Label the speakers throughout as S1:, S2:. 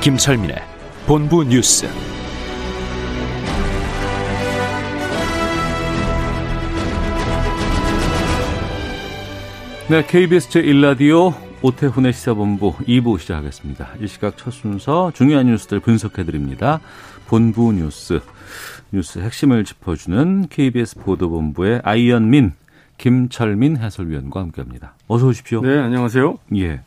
S1: 김철민의 본부 뉴스.
S2: 네, KBS 제1라디오 오태훈의 시사본부 2부 시작하겠습니다. 이 시각 첫 순서 중요한 뉴스들 분석해드립니다. 본부 뉴스, 뉴스 핵심을 짚어주는 KBS 보도본부의 아이언민, 김철민 해설위원과 함께합니다. 어서 오십시오.
S3: 네, 안녕하세요.
S2: 예.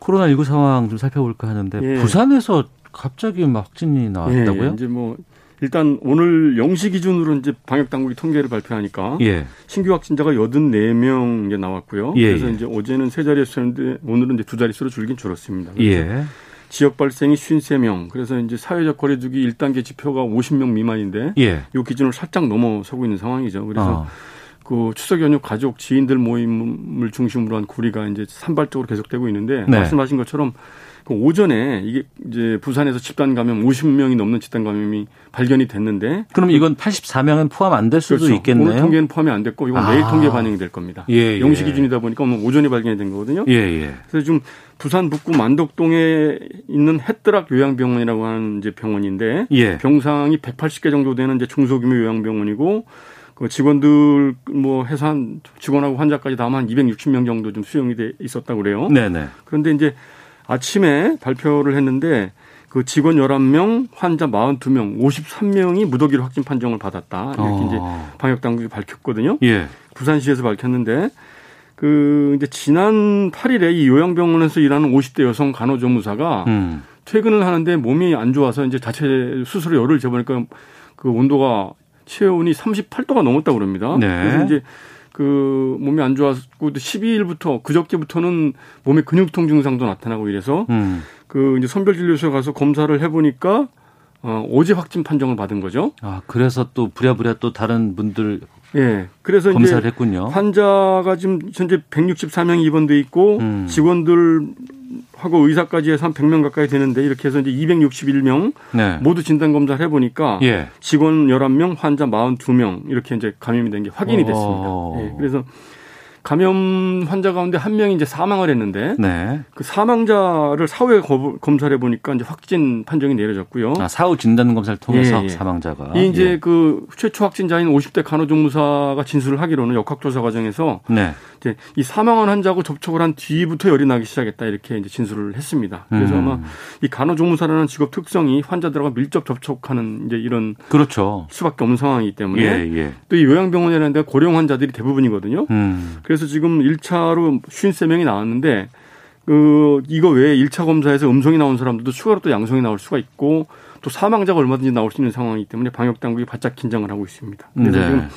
S2: 코로나19 상황 좀 살펴볼까 하는데
S3: 예.
S2: 부산에서 갑자기 막 확진이
S3: 예,
S2: 나왔다고요?
S3: 이제 뭐 일단 오늘 0시 기준으로 이제 방역 당국이 통계를 발표하니까
S2: 예.
S3: 신규 확진자가 84명 이제 나왔고요.
S2: 예,
S3: 그래서
S2: 예.
S3: 이제 어제는 세 자리였었는데 오늘은 이제 두 자릿수로 줄긴 줄었습니다. 그래서
S2: 예.
S3: 지역 발생이 53명. 그래서 이제 사회적 거리두기 1단계 지표가 50명 미만인데
S2: 예.
S3: 이 기준을 살짝 넘어서고 있는 상황이죠. 그래서
S2: 어.
S3: 그 추석 연휴 가족 지인들 모임을 중심으로 한 구리가 이제 산발적으로 계속되고 있는데
S2: 네.
S3: 말씀하신 것처럼 그 오전에 이게 이제 부산에서 집단 감염 50명이 넘는 집단 감염이 발견이 됐는데
S2: 그럼 이건 84명은 포함 안 될 수도
S3: 그렇죠. 오늘
S2: 있겠네요.
S3: 통계는 포함이 안 됐고 이건 내일
S2: 아.
S3: 통계 반영이 될 겁니다.
S2: 예, 예.
S3: 영시 기준이다 보니까 오늘 오전에 발견이 된 거거든요.
S2: 예, 예.
S3: 그래서 지금 부산 북구 만덕동에 있는 햇드락 요양병원이라고 하는 이제 병원인데
S2: 예.
S3: 병상이 180개 정도 되는 이제 중소규모 요양병원이고 그 직원들 뭐 해서 한 직원하고 환자까지 다만 한 260명 정도 좀 수용이 돼 있었다고 그래요.
S2: 네네.
S3: 그런데 이제 아침에 발표를 했는데 그 직원 11명, 환자 42명, 53명이 무더기로 확진 판정을 받았다. 이렇게
S2: 어.
S3: 이제 방역 당국이 밝혔거든요.
S2: 예.
S3: 부산시에서 밝혔는데 그 이제 지난 8일에 이 요양병원에서 일하는 50대 여성 간호조무사가
S2: 음.
S3: 퇴근을 하는데 몸이 안 좋아서 이제 자체 스스로 열을 재보니까 그 온도가 체온이 38도가 넘었다고 그럽니다.
S2: 네.
S3: 그래서 이제 그 몸이 안 좋았고 12일부터 그저께부터는 몸에 근육통 증상도 나타나고 이래서
S2: 음.
S3: 그 이제 선별진료소에 가서 검사를 해보니까 어, 어제 확진 판정을 받은 거죠.
S2: 아, 그래서 또 부랴부랴 또 다른 분들
S3: 예. 그래서
S2: 검사를
S3: 이제
S2: 했군요.
S3: 환자가 지금 현재 164명이 입원돼 있고
S2: 음.
S3: 직원들하고 의사까지 해서 한 100명 가까이 되는데 이렇게 해서 이제 261명
S2: 네.
S3: 모두 진단 검사를 해보니까
S2: 예.
S3: 직원 11명, 환자 42명 이렇게 이제 감염이 된 게 확인이 됐습니다.
S2: 어.
S3: 예, 그래서 감염 환자 가운데 한 명이 이제 사망을 했는데
S2: 네.
S3: 그 사망자를 사후에 거부- 검사를 해보니까 이제 확진 판정이 내려졌고요.
S2: 아, 사후 진단 검사를 통해서
S3: 예, 예.
S2: 사망자가
S3: 이 이제 그 최초 확진자인 50대 간호조무사가 진술을 하기로는 역학조사 과정에서
S2: 예. 네.
S3: 이제 이 사망한 환자하고 접촉을 한 뒤부터 열이 나기 시작했다 이렇게 이제 진술을 했습니다. 그래서
S2: 음.
S3: 아마 이 간호조무사라는 직업 특성이 환자들하고 밀접 접촉하는 이제 이런
S2: 그렇죠.
S3: 수밖에 없는 상황이기 때문에
S2: 예, 예.
S3: 또 이 요양병원이라는 데가 고령 환자들이 대부분이거든요.
S2: 음.
S3: 그래서 지금 1차로 53명이 나왔는데 그 이거 외에 1차 검사에서 음성이 나온 사람들도 추가로 또 양성이 나올 수가 있고 또 사망자가 얼마든지 나올 수 있는 상황이기 때문에 방역 당국이 바짝 긴장을 하고 있습니다. 그래서
S2: 네.
S3: 지금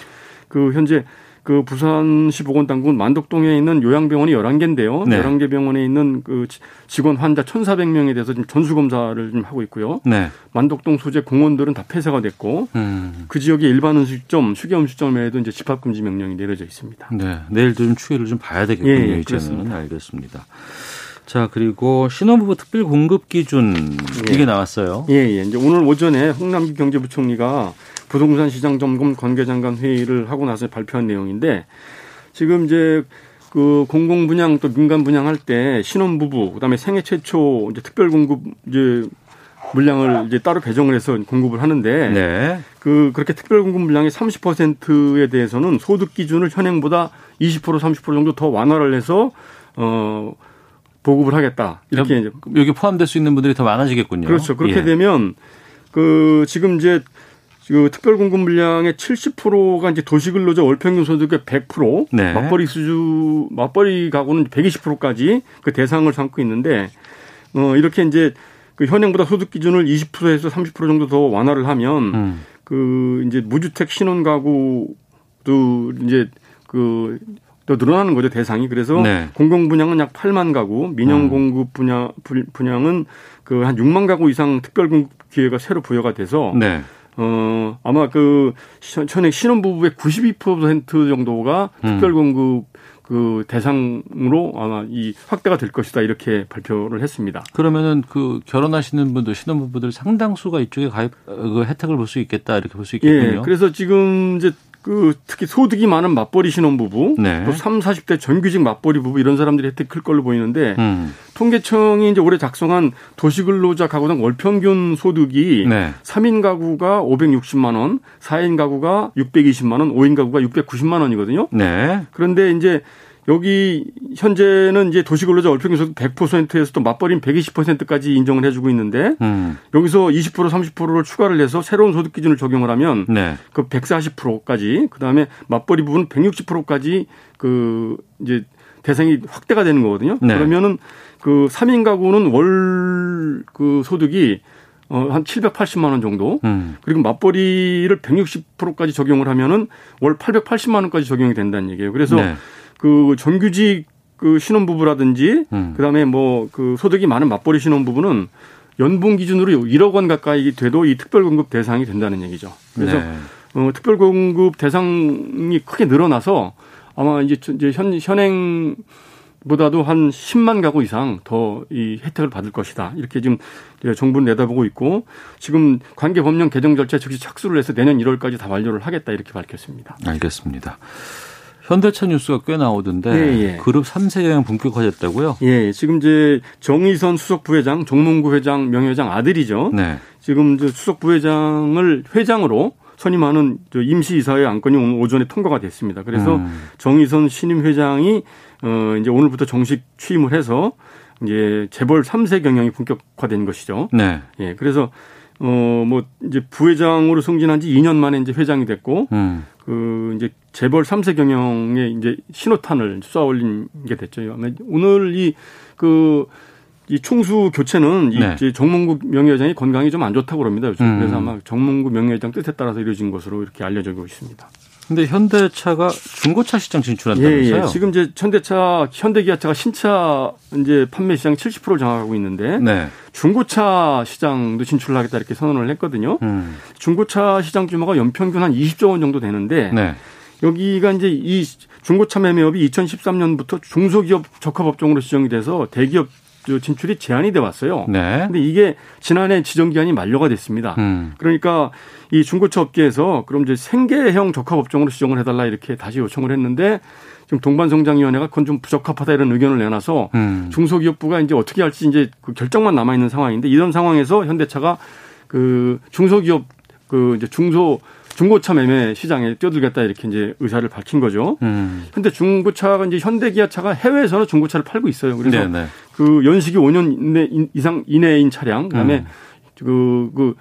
S3: 그 현재 그 부산시 보건당국은 만덕동에 있는 요양병원이 11개인데요.
S2: 네.
S3: 11개 병원에 있는 그 지- 직원 환자 1,400명에 대해서 지금 전수 검사를 좀 하고 있고요.
S2: 네.
S3: 만덕동 소재 공원들은 다 폐쇄가 됐고
S2: 음.
S3: 그 지역의 일반 음식점, 휴게 음식점에도 이제 집합 금지 명령이 내려져 있습니다.
S2: 네. 내일도 좀 추이를 좀 봐야 되겠군요.
S3: 예, 예,
S2: 이제는 알겠습니다. 자, 그리고 신혼부부 특별 공급 기준
S3: 예.
S2: 이게 나왔어요.
S3: 예, 예. 이제 오늘 오전에 홍남기 경제부총리가 부동산 시장 점검 관계장관 회의를 하고 나서 발표한 내용인데 지금 이제 그 공공 분양 또 민간 분양할 때 신혼 부부 그다음에 생애 최초 이제 특별 공급 이제 물량을 이제 따로 배정을 해서 공급을 하는데
S2: 네.
S3: 그 그렇게 특별 공급 물량의 30%에 대해서는 소득 기준을 현행보다 20% 30% 정도 더 완화를 해서 어 보급을 하겠다. 이렇게 이제
S2: 여기 포함될 수 있는 분들이 더 많아지겠군요.
S3: 그렇죠. 그렇게
S2: 예.
S3: 되면 그 지금 이제 그 특별 공급 물량의 70%가 이제 도시 근로자 월 평균 소득의 100%,
S2: 네.
S3: 맞벌이 수주 맞벌이 가구는 120%까지 그 대상을 삼고 있는데 어 이렇게 이제 그 현행보다 소득 기준을 20%에서 30% 정도 더 완화를 하면
S2: 음.
S3: 그 이제 무주택 신혼 가구도 이제 그 또 늘어나는 거죠 대상이 그래서
S2: 네. 음.
S3: 공공 분양은 약 8만 가구, 민영 공급 분양 분- 분양은 그 한 6만 가구 이상 특별 공급 기회가 새로 부여가 돼서
S2: 네.
S3: 어 아마 그 시- 전액 신혼 부부의 92% 정도가
S2: 음.
S3: 특별 공급 그 대상으로 아마 이 확대가 될 것이다 이렇게 발표를 했습니다.
S2: 그러면은 그 결혼하시는 분들 신혼부부들 상당수가 이쪽에 가입 어, 그 혜택을 볼 수 있겠다 이렇게 볼 수
S3: 예.
S2: 있겠군요.
S3: 그래서 지금 이제 그 특히 소득이 많은 맞벌이 신혼부부
S2: 네.
S3: 또 3, 40대 전규직 맞벌이 부부 이런 사람들이 혜택 클 걸로 보이는데
S2: 음.
S3: 통계청이 이제 올해 작성한 도시근로자 가구당 월 평균 소득이
S2: 네.
S3: 3인 가구가 560만 원, 4인 가구가 620만 원, 5인 가구가 690만 원이거든요.
S2: 네.
S3: 그런데 이제 여기 현재는 이제 도시근로자 월평균 소득 100%에서 또 맞벌이는 120%까지 인정을 해주고 있는데
S2: 음.
S3: 여기서 20% 30%를 추가를 해서 새로운 소득 기준을 적용을 하면
S2: 네.
S3: 그 140%까지 그다음에 맞벌이 부분 160%까지 그 이제 대상이 확대가 되는 거거든요.
S2: 네.
S3: 그러면은 그 3인 가구는 월 그 소득이 어한 780만 원 정도.
S2: 음.
S3: 그리고 맞벌이를 160%까지 적용을 하면은 월 880만 원까지 적용이 된다는 얘기예요. 그래서
S2: 네.
S3: 그 정규직 그 신혼부부라든지
S2: 음.
S3: 그다음에 뭐 그 소득이 많은 맞벌이 신혼부부는 연봉 기준으로 1억 원 가까이 돼도 이 특별공급 대상이 된다는 얘기죠. 그래서
S2: 네.
S3: 어, 특별공급 대상이 크게 늘어나서 아마 이제, 저- 이제 현, 현행 보다도 한 10만 가구 이상 더 이 혜택을 받을 것이다. 이렇게 지금 이제 정부는 내다보고 있고 지금 관계 법령 개정 절차에 즉시 착수를 해서 내년 1월까지 다 완료를 하겠다 이렇게 밝혔습니다.
S2: 알겠습니다. 현대차 뉴스가 꽤 나오던데
S3: 예, 예.
S2: 그룹 3세 여행 본격화됐다고요?
S3: 예, 지금 이제 정의선 수석 부회장, 정몽구 회장, 명회장 아들이죠.
S2: 네.
S3: 지금 저 수석 부회장을 회장으로 선임하는 저 임시이사회 안건이 오늘 오전에 통과가 됐습니다. 그래서
S2: 음.
S3: 정의선 신임 회장이 어 이제 오늘부터 정식 취임을 해서 이제 재벌 3세 경영이 본격화된 것이죠.
S2: 네.
S3: 예. 그래서 어 뭐 이제 부회장으로 승진한 지 2년 만에 이제 회장이 됐고
S2: 음.
S3: 그 이제 재벌 3세 경영에 이제 신호탄을 쏘아 올린 게 됐죠. 아마 오늘 이그 이 총수 교체는
S2: 네.
S3: 이 이제 정몽구 명예회장이 건강이 좀 안 좋다고 그럽니다. 요즘.
S2: 음.
S3: 그래서 아마 정몽구 명예회장 뜻에 따라서 이루어진 것으로 이렇게 알려지고 있습니다.
S2: 근데 현대차가 중고차 시장 진출한다면서요?
S3: 예, 예. 지금 이제 현대차, 현대기아차가 신차 이제 판매 시장 70%를 장악하고 있는데
S2: 네.
S3: 중고차 시장도 진출하겠다 이렇게 선언을 했거든요.
S2: 음.
S3: 중고차 시장 규모가 연평균 한 20조 원 정도 되는데
S2: 네.
S3: 여기가 이제 이 중고차 매매업이 2013년부터 중소기업 적합 업종으로 지정이 돼서 대기업 진출이 제한이 돼 왔어요.
S2: 네.
S3: 근데 이게 지난해 지정 기한이 만료가 됐습니다.
S2: 음.
S3: 그러니까 이 중고차 업계에서 그럼 이제 생계형 적합업종으로 지정을 해달라 이렇게 다시 요청을 했는데 지금 동반성장위원회가 그건 좀 부적합하다 이런 의견을 내놔서
S2: 음.
S3: 중소기업부가 이제 어떻게 할지 이제 그 결정만 남아 있는 상황인데 이런 상황에서 현대차가 그 중소기업 그 이제 중소 중고차 매매 시장에 뛰어들겠다 이렇게 이제 의사를 밝힌 거죠.
S2: 음.
S3: 근데 중고차가 이제 현대기아차가 해외에서는 중고차를 팔고 있어요. 그래서
S2: 네, 네.
S3: 그 연식이 5년 이내, 이상 이내인 차량, 그다음에 그, 그,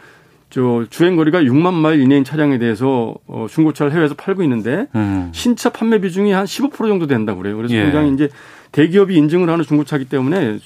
S3: 저 주행거리가 6만 마일 이내인 차량에 대해서 어, 중고차를 해외에서 팔고 있는데
S2: 음.
S3: 신차 판매 비중이 한 15% 정도 된다고 그래요. 그래서
S2: 예.
S3: 굉장히 이제 대기업이 인증을 하는 중고차기 때문에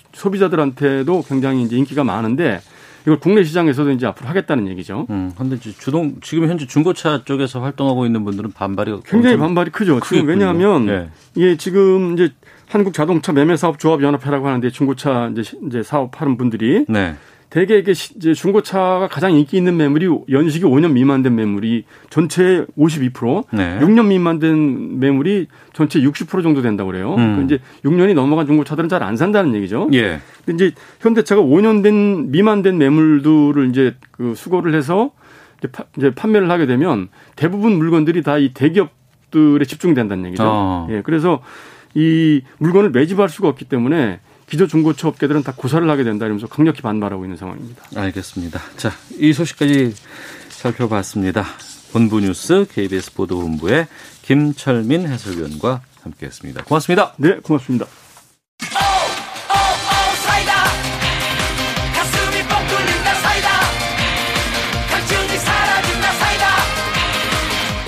S3: 소비자들한테도 굉장히 이제 인기가 많은데 이걸 국내 시장에서도 이제 앞으로 하겠다는 얘기죠.
S2: 음. 근데 이제 주동 지금 현재 중고차 쪽에서 활동하고 있는 분들은 반발이
S3: 굉장히
S2: 엄청
S3: 반발이 크죠. 지금
S2: 크겠군요.
S3: 왜냐하면
S2: 예.
S3: 이게 지금 이제 한국 자동차 매매 사업 조합 연합회라고 하는데 중고차 이제 시- 이제 사업하는 분들이
S2: 네.
S3: 대개 이게 시- 이제 중고차가 가장 인기 있는 매물이 연식이 5년 미만 된 매물이 전체의 52%,
S2: 네.
S3: 6년 미만 된 매물이 전체 60% 정도 된다고 그래요.
S2: 음.
S3: 그 이제 6년이 넘어간 중고차들은 잘 안 산다는 얘기죠.
S2: 예.
S3: 근데 이제 현대차가 5년 된 미만 된 매물들을 이제 그 수거를 해서 이제, 파- 이제 판매를 하게 되면 대부분 물건들이 다 이 대기업들에 집중된다는 얘기죠.
S2: 어.
S3: 예, 그래서 이 물건을 매집할 수가 없기 때문에 기존 중고차 업계들은 다 고사를 하게 된다 이러면서 강력히 반발하고 있는 상황입니다.
S2: 알겠습니다. 자, 이 소식까지 살펴봤습니다. 본부 뉴스 KBS 보도본부의 김철민 해설위원과 함께했습니다. 고맙습니다.
S3: 네, 고맙습니다.
S4: 사이다 가슴이 뻥 뚫린다 사이다 갈증이 사라진다 사이다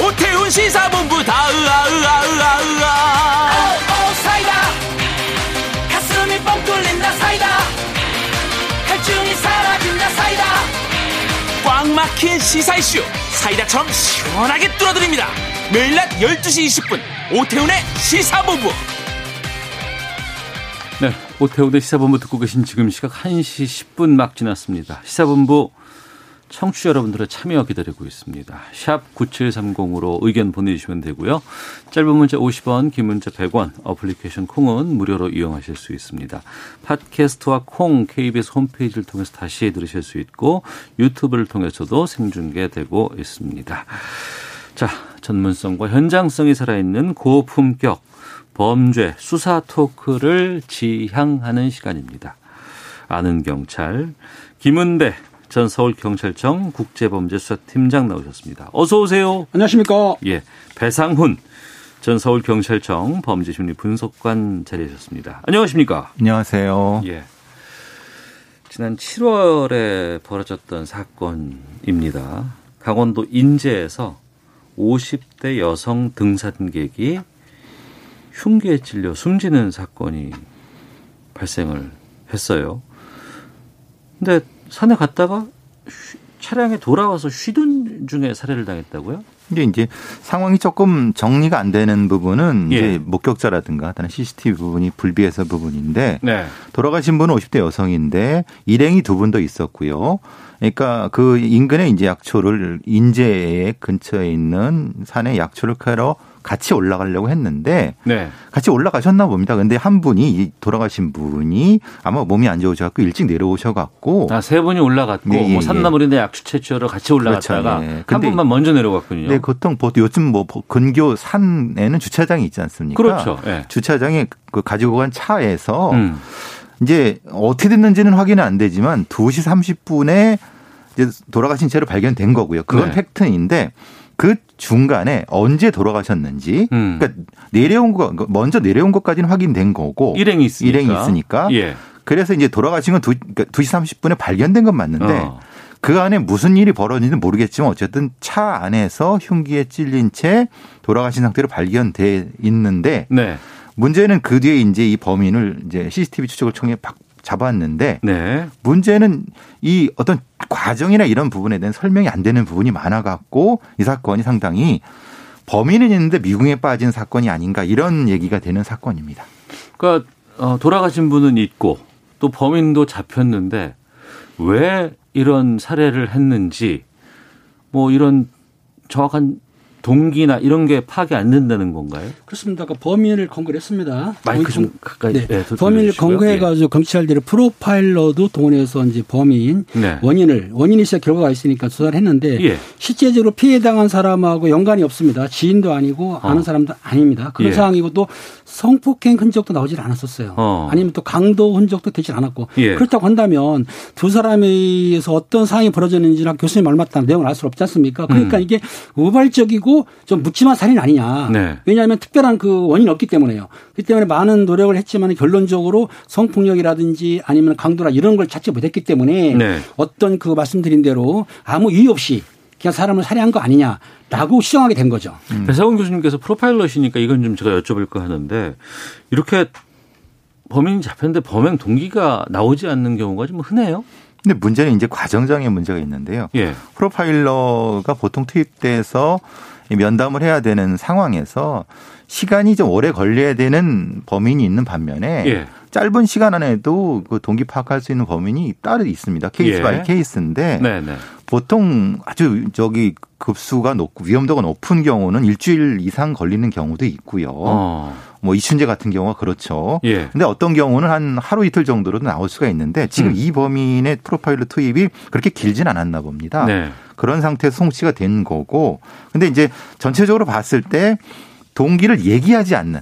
S5: 오태훈 시사본부 다으아으아으아으아
S4: 오오 사이다 가슴이 뻥 뚫린다 사이다 갈증이 사라진다 사이다
S5: 꽉 막힌 시사 이슈 사이다처럼 시원하게 뚫어드립니다. 매일 낮 12시 20분 오태훈의 시사본부
S2: 네, 오태우대 시사본부 듣고 계신 지금 시각 1시 10분 막 지났습니다. 시사본부 청취자 여러분들의 참여 기다리고 있습니다. 샵 9730으로 의견 보내주시면 되고요. 짧은 문자 50원, 긴 문자 100원, 어플리케이션 콩은 무료로 이용하실 수 있습니다. 팟캐스트와 콩, KBS 홈페이지를 통해서 다시 들으실 수 있고 유튜브를 통해서도 생중계되고 있습니다. 자, 전문성과 현장성이 살아있는 고품격 범죄 수사 토크를 지향하는 시간입니다. 아는 경찰 김은배 전 서울경찰청 국제범죄수사팀장 나오셨습니다. 어서 오세요.
S6: 안녕하십니까.
S2: 예, 배상훈 전 서울경찰청 범죄심리분석관 자리하셨습니다. 안녕하십니까?
S7: 안녕하세요.
S2: 예. 지난 7월에 벌어졌던 사건입니다. 강원도 인제에서 50대 여성 등산객이 흉기에 찔려 숨지는 사건이 발생을 했어요. 근데 산에 갔다가 쉬- 차량에 돌아와서 쉬던 중에 살해를 당했다고요?
S7: 이게 이제 상황이 조금 정리가 안 되는 부분은
S2: 예.
S7: 이제 목격자라든가 다른 CCTV 부분이 불비해서 부분인데
S2: 네.
S7: 돌아가신 분은 50대 여성인데 일행이 두 분도 있었고요. 그러니까 그 인근에 이제 약초를 인제에 근처에 있는 산에 약초를 캐러 같이 올라가려고 했는데
S2: 네.
S7: 같이 올라가셨나 봅니다. 근데 한 분이 이 돌아가신 분이 아마 몸이 안 좋으셔 갖고 일찍 내려오셔 갖고
S2: 아, 세 분이 올라갔고,
S7: 예, 예,
S2: 뭐
S7: 예.
S2: 산나물인데 약주 채취하러 같이 올라갔다가
S7: 그렇죠, 예.
S2: 한
S7: 근데
S2: 분만 먼저 내려갔군요.
S7: 네, 보통 보- 요즘 뭐 근교 산에는 주차장이 있지 않습니까?
S2: 그렇죠. 예.
S7: 주차장에 그 가지고 간 차에서
S2: 음.
S7: 이제 어떻게 됐는지는 확인은 안 되지만 2시 30분에 이제 돌아가신 채로 발견된 거고요. 그건
S2: 네.
S7: 팩트인데 그 중간에 언제 돌아가셨는지
S2: 음.
S7: 그러니까 내려온 거 먼저 내려온 것까지는 확인된 거고
S2: 일행이 있으니까.
S7: 일행이 있으니까.
S2: 예.
S7: 그래서 이제 돌아가신 건 2, 그러니까 2시 30분에 발견된 건 맞는데
S2: 어.
S7: 그 안에 무슨 일이 벌어진지는 모르겠지만 어쨌든 차 안에서 흉기에 찔린 채 돌아가신 상태로 발견돼 있는데
S2: 네.
S7: 문제는 그 뒤에 이제 이 범인을 이제 CCTV 추적을 통해 박- 잡았는데
S2: 네.
S7: 문제는 이 어떤 과정이나 이런 부분에 대한 설명이 안 되는 부분이 많아 갖고 이 사건이 상당히 범인은 있는데 미궁에 빠진 사건이 아닌가 이런 얘기가 되는 사건입니다.
S2: 그러니까 어, 돌아가신 분은 있고 또 범인도 잡혔는데 왜 이런 살해를 했는지 뭐 이런 정확한 동기나 이런 게 파악이 안 된다는 건가요?
S6: 그렇습니다. 그 범인을 검거를 했습니다.
S2: 마이크 좀
S6: 범인-
S2: 가까이
S6: 네.
S2: 네, 더
S6: 범인을
S2: 들려주시고요.
S6: 검거해가지고 경찰들이 프로파일러도 동원해서 이제 범인
S2: 네.
S6: 원인을 원인이 있어야 결과가 있으니까 조사를 했는데
S2: 예.
S6: 실제적으로 피해 당한 사람하고 연관이 없습니다. 지인도 아니고 아는
S2: 어.
S6: 사람도 아닙니다. 그런
S2: 예.
S6: 상황이고 또 성폭행 흔적도 나오질 않았었어요.
S2: 어.
S6: 아니면 또 강도 흔적도 되질 않았고
S2: 예.
S6: 그렇다고 한다면 두 사람에 의해서 어떤 상황이 벌어졌는지나 교수님 말 맞다는 내용을 알 수 없지 않습니까?
S2: 음.
S6: 그러니까 이게 우발적이고 좀 묻지마 살인 아니냐.
S2: 네.
S6: 왜냐하면 특별한 그 원인이 없기 때문에요. 그렇기 때문에 많은 노력을 했지만 결론적으로 성폭력이라든지 아니면 강도나 이런 걸 찾지 못했기 때문에
S2: 네.
S6: 어떤 그 말씀드린 대로 아무 이유 없이 그냥 사람을 살해한 거 아니냐라고 추정하게 된 거죠.
S2: 배상훈 교수님께서 프로파일럿이니까 이건 좀 제가 여쭤볼까 하는데 이렇게 범인이 잡혔는데 범행 동기가 나오지 않는 경우가 좀 흔해요?
S7: 근데 문제는 이제 과정장애 문제가 있는데요.
S2: 예.
S7: 프로파일러가 보통 투입돼서 이 면담을 해야 되는 상황에서 시간이 좀 오래 걸려야 되는 범인이 있는 반면에
S2: 예.
S7: 짧은 시간 안에도 그 동기 파악할 수 있는 범인이 따로 있습니다. 케이스
S2: 예.
S7: 바이 케이스인데
S2: 네, 네.
S7: 보통 아주 저기 급수가 높고 위험도가 높은 경우는 일주일 이상 걸리는 경우도 있고요.
S2: 어.
S7: 뭐 이춘재 같은 경우가 그렇죠.
S2: 예.
S7: 근데 어떤 경우는 한 하루 이틀 정도로 나올 수가 있는데 지금
S2: 음.
S7: 이 범인의 프로파일러 투입이 그렇게 길진 않았나 봅니다.
S2: 네.
S7: 그런 상태에서 송치가 된 거고 근데 이제 전체적으로 봤을 때 동기를 얘기하지 않는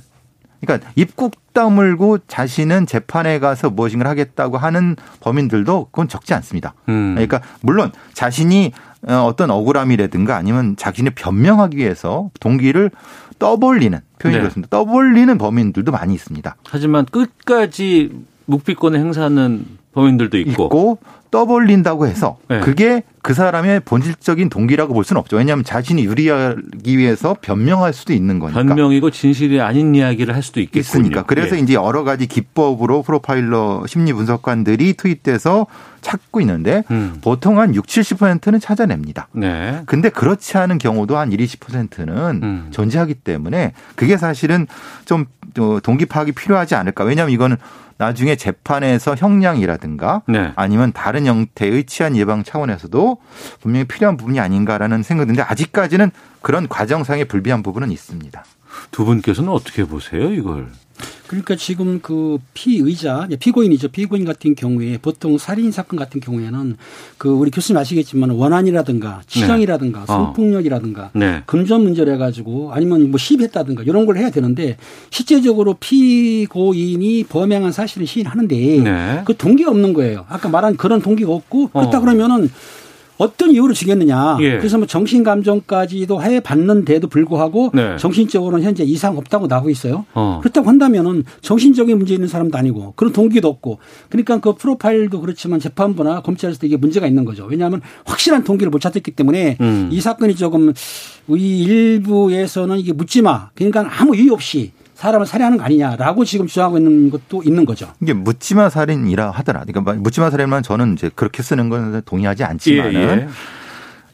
S7: 그러니까 입국 다물고 자신은 재판에 가서 무엇인가를 하겠다고 하는 범인들도 그건 적지 않습니다.
S2: 음.
S7: 그러니까 물론 자신이 어, 어떤 억울함이라든가 아니면 자신을 변명하기 위해서 동기를 떠벌리는 표현이
S2: 네.
S7: 그렇습니다. 떠벌리는 범인들도 많이 있습니다.
S2: 하지만 끝까지 묵비권을 행사하는 범인들도 있고.
S7: 있고 떠벌린다고 해서
S2: 네.
S7: 그게 그 사람의 본질적인 동기라고 볼 수는 없죠. 왜냐하면 자신이 유리하기 위해서 변명할 수도 있는 거니까.
S2: 변명이고 진실이 아닌 이야기를 할 수도 있겠군요.
S7: 있으니까. 그래서
S2: 예.
S7: 이제 여러 가지 기법으로 프로파일러 심리 분석관들이 투입돼서 찾고 있는데
S2: 음.
S7: 보통 한 6, 70%는 찾아냅니다.
S2: 네.
S7: 근데 그렇지 않은 경우도 한 1, 20%는
S2: 음.
S7: 존재하기 때문에 그게 사실은 좀 어, 동기 파악이 필요하지 않을까. 왜냐하면 이거는 나중에 재판에서 형량이라든가
S2: 네.
S7: 아니면 다른 형태의 치안 예방 차원에서도 분명히 필요한 부분이 아닌가라는 생각인데 아직까지는 그런 과정상의 불비한 부분은 있습니다.
S2: 두 분께서는 어떻게 보세요, 이걸?
S6: 그러니까 지금 그 피의자, 이제 피고인이죠. 피고인 같은 경우에 보통 살인 사건 같은 경우에는 그 우리 교수님 아시겠지만 원한이라든가 치정이라든가
S2: 어.
S6: 성폭력이라든가
S2: 네.
S6: 금전 문제를 해가지고 아니면 뭐 시비했다든가 이런 걸 해야 되는데 실제적으로 피고인이 범행한 사실을 시인하는데
S2: 네.
S6: 그 동기가 없는 거예요. 아까 말한 그런 동기가 없고 그렇다
S2: 어.
S6: 그러면은 어떤 이유로 죽였느냐.
S2: 예.
S6: 그래서 뭐 정신 감정까지도 해 받는데도 불구하고
S2: 네.
S6: 정신적으로는 현재 이상 없다고 나오고 있어요.
S2: 어.
S6: 그렇다고 한다면은 정신적인 문제 있는 사람도 아니고 그런 동기도 없고 그러니까 그 프로파일도 그렇지만 재판부나 검찰에서도 이게 문제가 있는 거죠. 왜냐하면 확실한 동기를 못 찾았기 때문에
S2: 음.
S6: 이 사건이 조금 이 일부에서는 이게 묻지마 그러니까 아무 이유 없이 사람을 살해하는 거 아니냐라고 지금 주장하고 있는 것도 있는 거죠.
S7: 이게 묻지마 살인이라 하더라. 그러니까 묻지마 살인만 저는 이제 그렇게 쓰는 건 동의하지 않지만은
S2: 예,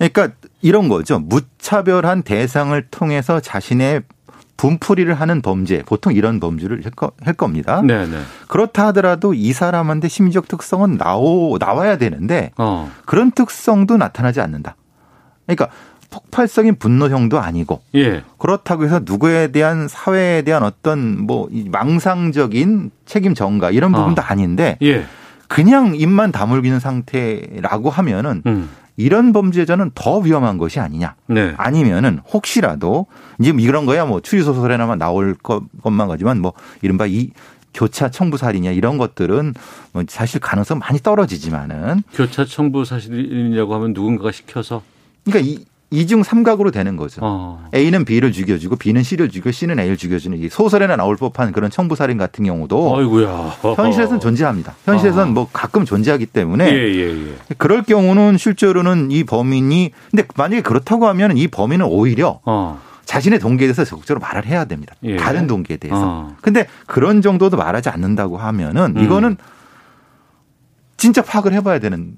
S2: 예.
S7: 그러니까 이런 거죠. 무차별한 대상을 통해서 자신의 분풀이를 하는 범죄, 보통 이런 범죄를 할, 거, 할 겁니다.
S2: 네, 네.
S7: 그렇다 하더라도 이 사람한테 심리적 특성은 나오, 나와야 되는데
S2: 어.
S7: 그런 특성도 나타나지 않는다. 그러니까 폭발적인 분노형도 아니고
S2: 예.
S7: 그렇다고 해서 누구에 대한 사회에 대한 어떤 뭐이 망상적인 책임 전가 이런 부분도
S2: 아.
S7: 아닌데
S2: 예.
S7: 그냥 입만 다물기는 상태라고 하면은
S2: 음.
S7: 이런 범죄자는 더 위험한 것이 아니냐.
S2: 네.
S7: 아니면은 혹시라도 지금 이런 거야 뭐 추리소설에나만 나올 것- 것만 가지만 뭐 이른바 이 교차 청부살이냐 이런 것들은 뭐 사실 가능성 많이 떨어지지만은
S2: 교차 청부 사실이냐고 하면 누군가가 시켜서
S7: 그러니까 이, 이중 삼각으로 되는 거죠.
S2: 어.
S7: A는 B를 죽여주고 B는 C를 죽이고 C는 A를 죽여주는 이 소설에나 나올 법한 그런 청부살인 같은 경우도
S2: 아이고야.
S7: 현실에서는 존재합니다. 현실에서는
S2: 어.
S7: 뭐 가끔 존재하기 때문에
S2: 예, 예, 예.
S7: 그럴 경우는 실제로는 이 범인이 근데 만약에 그렇다고 하면 이 범인은 오히려
S2: 어.
S7: 자신의 동기에 대해서 적극적으로 말을 해야 됩니다.
S2: 예.
S7: 다른 동기에 대해서.
S2: 어.
S7: 근데 그런 정도도 말하지 않는다고 하면은
S2: 음.
S7: 이거는 진짜 파악을 해봐야 되는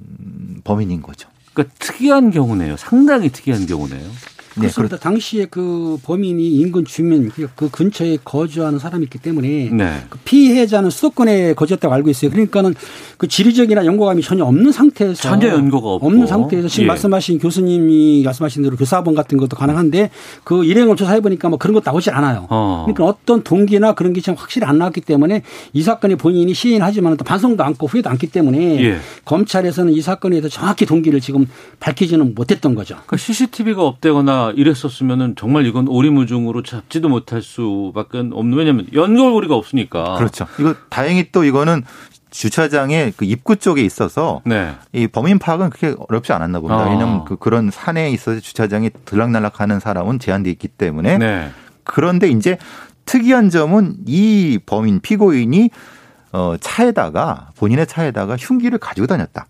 S7: 범인인 거죠.
S2: 그러니까 특이한 경우네요. 상당히 특이한 경우네요.
S7: 네,
S6: 그렇습니다. 당시에 그 범인이 인근 주민 그 근처에 거주하는 사람이 있기 때문에
S2: 네.
S6: 그 피해자는 수도권에 거주했다고 알고 있어요. 그러니까는 그 지리적이나 연고감이 전혀 없는 상태에서
S2: 전혀 연고가 없고.
S6: 없는 상태에서 지금
S2: 예.
S6: 말씀하신 교수님이 말씀하신 대로 교사본 같은 것도 가능한데 그 일행을 조사해 보니까 뭐 그런 것도 나오지 않아요.
S2: 어.
S6: 그러니까 어떤 동기나 그런 게 지금 확실히 안 나왔기 때문에 이 사건에 본인이 시인하지만 또 반성도 않고 후회도 않기 때문에
S2: 예.
S6: 검찰에서는 이 사건에 대해서 정확히 동기를 지금 밝히지는 못했던 거죠.
S2: 그러니까 CCTV가 없대거나 이랬었으면은 정말 이건 오리무중으로 잡지도 못할 수밖에 없는 왜냐면 연결고리가 없으니까.
S7: 그렇죠. 이거 다행히 또 이거는 주차장의 그 입구 쪽에 있어서
S2: 네.
S7: 이 범인 파악은 그렇게 어렵지 않았나 봅니다.
S2: 아.
S7: 왜냐하면 그 그런 산에 있어서 주차장이 들락날락하는 사람은 제한돼 있기 때문에
S2: 네.
S7: 그런데 이제 특이한 점은 이 범인 피고인이 어 차에다가 본인의 차에다가 흉기를 가지고 다녔다.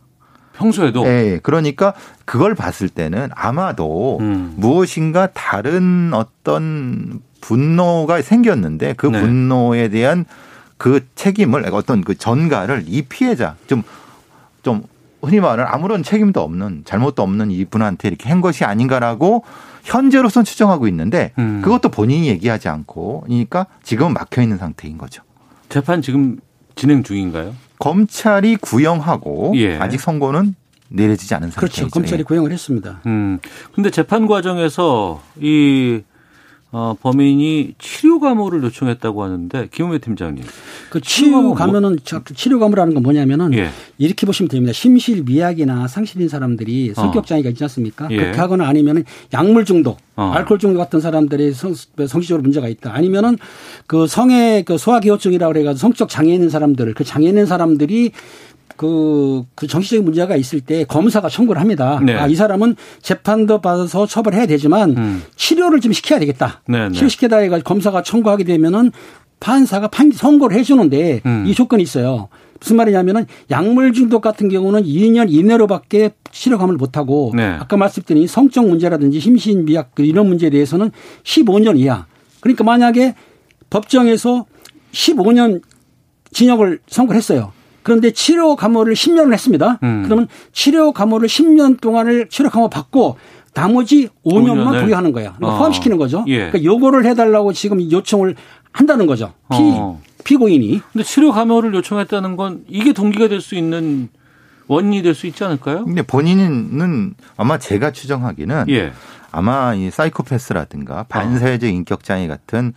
S2: 평소에도
S7: 예, 그러니까 그걸 봤을 때는 아마도
S2: 음.
S7: 무엇인가 다른 어떤 분노가 생겼는데 그
S2: 네.
S7: 분노에 대한 그 책임을 어떤 그 전가를 이 피해자 좀 좀 흔히 말하는 아무런 책임도 없는 잘못도 없는 이분한테 이렇게 한 것이 아닌가라고 현재로선 추정하고 있는데
S2: 음.
S7: 그것도 본인이 얘기하지 않고 그러니까 지금은 막혀 있는 상태인 거죠.
S2: 재판 지금 진행 중인가요?
S7: 검찰이 구형하고
S2: 예.
S7: 아직 선고는 내려지지 않은 상태죠.
S6: 그렇죠. 검찰이
S7: 예.
S6: 구형을 했습니다.
S2: 음. 근데 재판 과정에서 이 어, 범인이 치료 감호를 요청했다고 하는데 김우배 팀장님.
S6: 그
S2: 치료감은
S6: 치료
S2: 뭐-
S6: 가면은 치료 감호라는 건 뭐냐면은
S2: 예.
S6: 이렇게 보시면 됩니다. 심실 미약이나 상실인 사람들이 성격 장애가 있지 않습니까?
S2: 어. 예.
S6: 그렇게 하거나 아니면은 약물 중독,
S2: 어.
S6: 알코올 중독 같은 사람들이 성, 성질적으로 문제가 있다. 아니면은 그 성의 그 소화기호증이라고 그래가지고 성적 장애 있는 사람들, 그 장애 있는 사람들이 그, 그 정신적인 문제가 있을 때 검사가 청구를 합니다.
S2: 네.
S6: 아, 이 사람은 재판도 받아서 처벌해야 되지만
S2: 음.
S6: 치료를 좀 시켜야 되겠다.
S2: 네, 네.
S6: 치료 시켜달라 해가지고 검사가 청구하게 되면은 판사가 판 선고를 해주는데
S2: 음.
S6: 이 조건이 있어요. 무슨 말이냐면은 약물 중독 같은 경우는 2년 이내로밖에 치료감을 못하고
S2: 네.
S6: 아까 말씀드린 성적 문제라든지 심신 미약 그 이런 문제에 대해서는 15년 이하. 그러니까 만약에 법정에서 15년 징역을 선고를 했어요. 그런데 치료 감호를 10년을 했습니다.
S2: 음.
S6: 그러면 치료 감호를 10년 동안을 치료 감호 받고 나머지 5년만
S2: 5년을?
S6: 보유하는 거야. 그러니까
S2: 어.
S6: 포함시키는 거죠.
S2: 예.
S6: 그러니까 요거를 해달라고 지금 요청을 한다는 거죠. 피,
S2: 어.
S6: 피고인이.
S2: 근데 치료 감호를 요청했다는 건 이게 동기가 될 수 있는 원인이 될 수 있지 않을까요?
S7: 근데 본인은 아마 제가 추정하기는
S2: 예. 아.
S7: 아마 이 사이코패스라든가 반사회적 인격장애 같은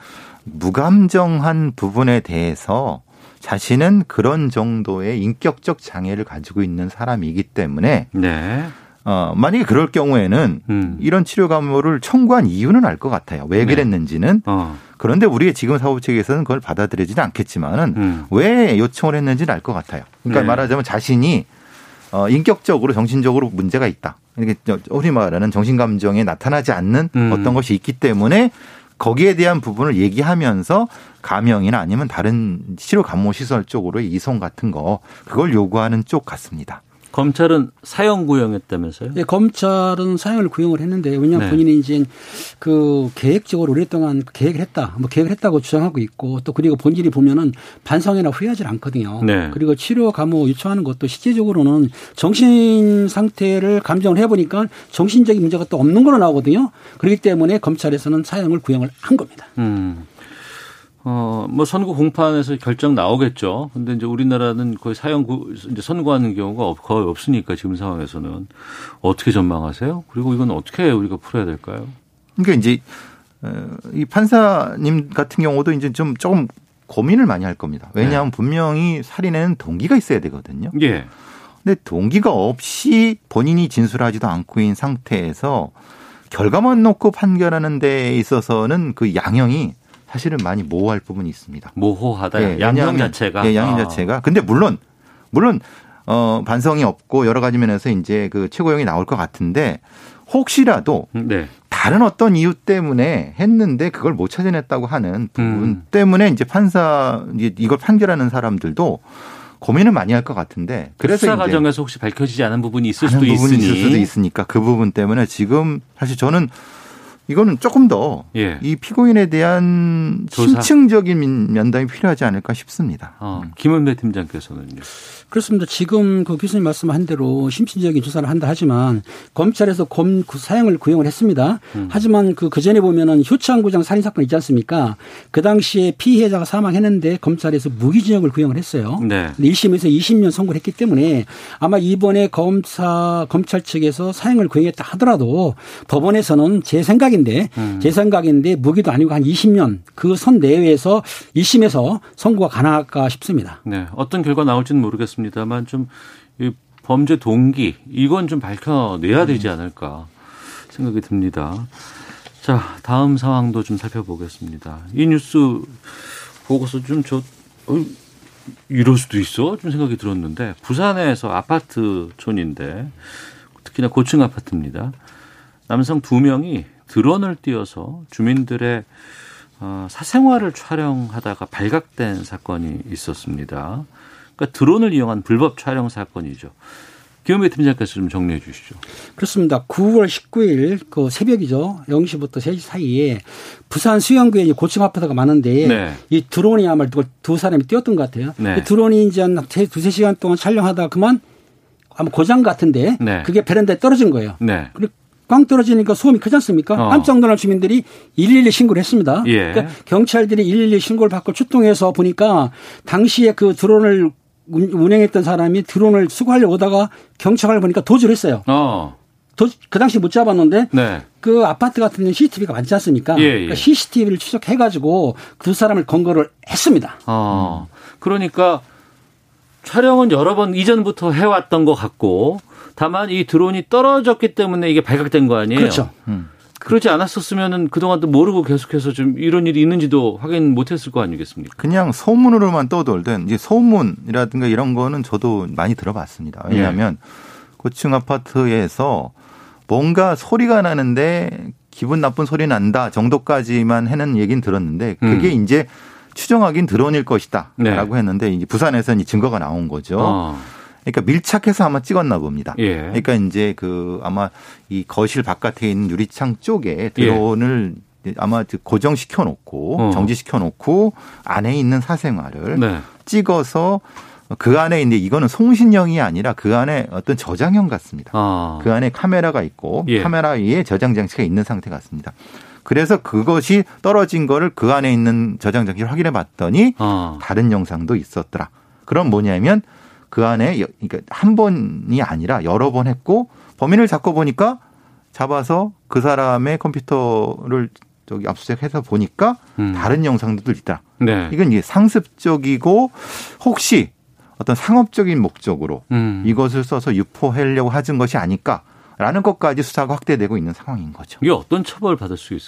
S7: 무감정한 부분에 대해서 자신은 그런 정도의 인격적 장애를 가지고 있는 사람이기 때문에
S2: 네.
S7: 어, 만약에 그럴 경우에는
S2: 음. 네.
S7: 이런 치료 감호를 청구한 이유는 알 것 같아요. 왜 그랬는지는
S2: 어.
S7: 그런데 우리의 지금 사법 체계에서는 그걸 받아들이지는 않겠지만은
S2: 음.
S7: 왜 요청을 했는지는 알 것 같아요. 그러니까
S2: 네.
S7: 말하자면 자신이 어 인격적으로 정신적으로 문제가 있다. 이렇게 저- 흔히 말하는 정신 감정에 나타나지 않는
S2: 음.
S7: 어떤 것이 있기 때문에 거기에 대한 부분을 얘기하면서 가명이나 아니면 다른 치료 감모 시설 쪽으로의 이송 같은 거 그걸 요구하는 쪽 같습니다.
S2: 검찰은 사형 구형했다면서요?
S6: 예, 검찰은 사형을 구형을 했는데 왜냐하면
S2: 네.
S6: 본인이 이제 그 계획적으로 오랫동안 계획을 했다, 뭐 계획을 했다고 주장하고 있고 또 그리고 본질이 보면은 반성이나 후회하지 않거든요.
S2: 네.
S6: 그리고 치료 감호 요청하는 것도 실제적으로는 정신 상태를 감정을 해보니까 정신적인 문제가 또 없는 걸로 나오거든요. 그렇기 때문에 검찰에서는 사형을 구형을 한 겁니다.
S2: 음. 어, 뭐 선고 공판에서 결정 나오겠죠. 근데 이제 우리나라는 거의 사형 구, 이제 선고하는 경우가 없- 거의 없으니까 지금 상황에서는 어떻게 전망하세요? 그리고 이건 어떻게 우리가 풀어야 될까요?
S7: 그러니까 이제 어, 이 판사님 같은 경우도 이제 좀 조금 고민을 많이 할 겁니다. 왜냐하면 분명히 살인에는 동기가 있어야 되거든요.
S2: 네. 예.
S7: 근데 동기가 없이 본인이 진술하지도 않고 있는 상태에서 결과만 놓고 판결하는 데 있어서는 그 양형이 사실은 많이 모호할 부분이 있습니다.
S2: 모호하다.
S7: 예,
S2: 양형
S7: 왜냐하면-
S2: 자체가.
S7: 예, 양형
S2: 아.
S7: 자체가. 근데 물론 물론 어 반성이 없고 여러 가지 면에서 이제 그 최고형이 나올 것 같은데 혹시라도
S2: 네.
S7: 다른 어떤 이유 때문에 했는데 그걸 못 찾아냈다고 하는 부분
S2: 음.
S7: 때문에 이제 판사 이제 이걸 판결하는 사람들도 고민을 많이 할 것 같은데 그래서
S2: 수사
S7: 이제
S2: 과정에서 혹시 밝혀지지 않은 부분이 있을
S7: 많은
S2: 수도
S7: 부분이
S2: 있으니.
S7: 있을 수도 있으니까 그 부분 때문에 지금 사실 저는 이거는 조금 더 이
S2: 예.
S7: 피고인에 대한
S2: 조사.
S7: 심층적인 면담이 필요하지 않을까 싶습니다. 음.
S2: 어, 김은배 팀장께서는요.
S6: 그렇습니다. 지금 그 교수님 말씀한 대로 심신적인 조사를 한다 하지만 검찰에서 검 구- 사형을 구형을 했습니다. 하지만 그 그전에 보면은 효창구장 살인 사건 있지 않습니까? 그 당시에 피해자가 사망했는데 검찰에서 무기징역을 구형을 했어요.
S2: 네.
S6: 근데 1심에서 20년 선고를 했기 때문에 아마 이번에 검사 검찰 측에서 사형을 구형했다 하더라도 법원에서는 제 생각인데 제 생각인데 무기도 아니고 한 20년 그 선 내외에서 1심에서 선고가 가능할까 싶습니다.
S2: 네. 어떤 결과 나올지는 모르겠습니다만 좀 이 범죄 동기 이건 좀
S7: 음.
S2: 밝혀내야 되지 않을까 생각이 듭니다. 자, 다음 상황도 좀 살펴보겠습니다. 이 뉴스 보고서 좀저 어, 이럴 수도 있어? 좀 생각이 들었는데 부산에서 아파트촌인데 특히나 고층 아파트입니다. 남성 두 명이 드론을 띄워서 주민들의 어, 사생활을 촬영하다가 발각된 사건이 있었습니다. 그러니까 드론을 이용한 불법 촬영 사건이죠. 기현배 팀장께서 좀 정리해 주시죠.
S6: 그렇습니다. 9월 19일 그 새벽이죠. 0시부터 3시 사이에 부산 수영구에 이제 고층 아파트가 많은데
S2: 네.
S6: 이 드론이 아마 두, 두 사람이 뛰었던 것 같아요.
S2: 네.
S6: 이 드론이 이제 한 세- 두세 시간 동안 촬영하다가 그만 아마 고장 같은데
S2: 네.
S6: 그게 베란다에 떨어진 거예요.
S2: 네.
S6: 그리고 꽝 떨어지니까 소음이 크지 않습니까?
S2: 어.
S6: 깜짝 놀란 주민들이 112 신고를 했습니다.
S2: 예.
S6: 그러니까 경찰들이 112 신고를 받고 출동해서 보니까 당시에 그 드론을 운- 운행했던 사람이 드론을 수거하려고 오다가 경찰을 보니까 도주를 했어요.
S2: 어.
S6: 도- 그 당시 못 잡았는데
S2: 네.
S6: 그 아파트 같은 경우는 CCTV가 많지 않습니까? 그러니까
S2: 예, 예.
S6: CCTV를 추적해가지고 두 사람을 검거를 했습니다.
S2: 어.
S6: 음.
S2: 그러니까 촬영은 여러 번 이전부터 해왔던 것 같고 다만 이 드론이 떨어졌기 때문에 이게 발각된 거 아니에요?
S6: 그렇죠.
S2: 음. 그러지 않았었으면은 그동안도 모르고 계속해서 좀 이런 일이 있는지도 확인 못했을 거 아니겠습니까?
S7: 그냥 소문으로만 떠돌든 이제 소문이라든가 이런 거는 저도 많이 들어봤습니다.
S2: 예.
S7: 왜냐하면 고층 아파트에서 뭔가 소리가 나는데 기분 나쁜 소리 난다 정도까지만 해는 얘기는 들었는데 그게 이제 추정하긴 드론일
S2: 음. 네.
S7: 것이다라고 했는데 이제 부산에서는 이 증거가 나온 거죠.
S2: 어.
S7: 그러니까 밀착해서 아마 찍었나 봅니다.
S2: 예.
S7: 그러니까 이제 그 아마 이 거실 바깥에 있는 유리창 쪽에 드론을 아마 그 고정시켜 놓고
S2: 예. 어.
S7: 정지시켜 놓고 안에 있는 사생활을
S2: 네.
S7: 찍어서 그 안에 이제 이거는 송신형이 아니라 그 안에 어떤 저장형 같습니다.
S2: 아.
S7: 그 안에 카메라가 있고
S2: 예.
S7: 카메라 위에 저장 장치가 있는 상태 같습니다. 그래서 그것이 떨어진 거를 그 안에 있는 저장 장치를 확인해 봤더니
S2: 아.
S7: 다른 영상도 있었더라. 그럼 뭐냐면 그 안에 여- 그러니까 한 번이 아니라 여러 번 했고 범인을 잡고 보니까 잡아서 그 사람의 컴퓨터를 저기 압수수색해서 보니까
S2: 음.
S7: 다른 영상들도 있다.
S2: 네.
S7: 이건 이제 상습적이고 혹시 어떤 상업적인 목적으로
S2: 음.
S7: 이것을 써서 유포하려고 하진 것이 아닐까라는 것까지 수사가 확대되고 있는 상황인 거죠.
S2: 이게 어떤 처벌 받을 수 있,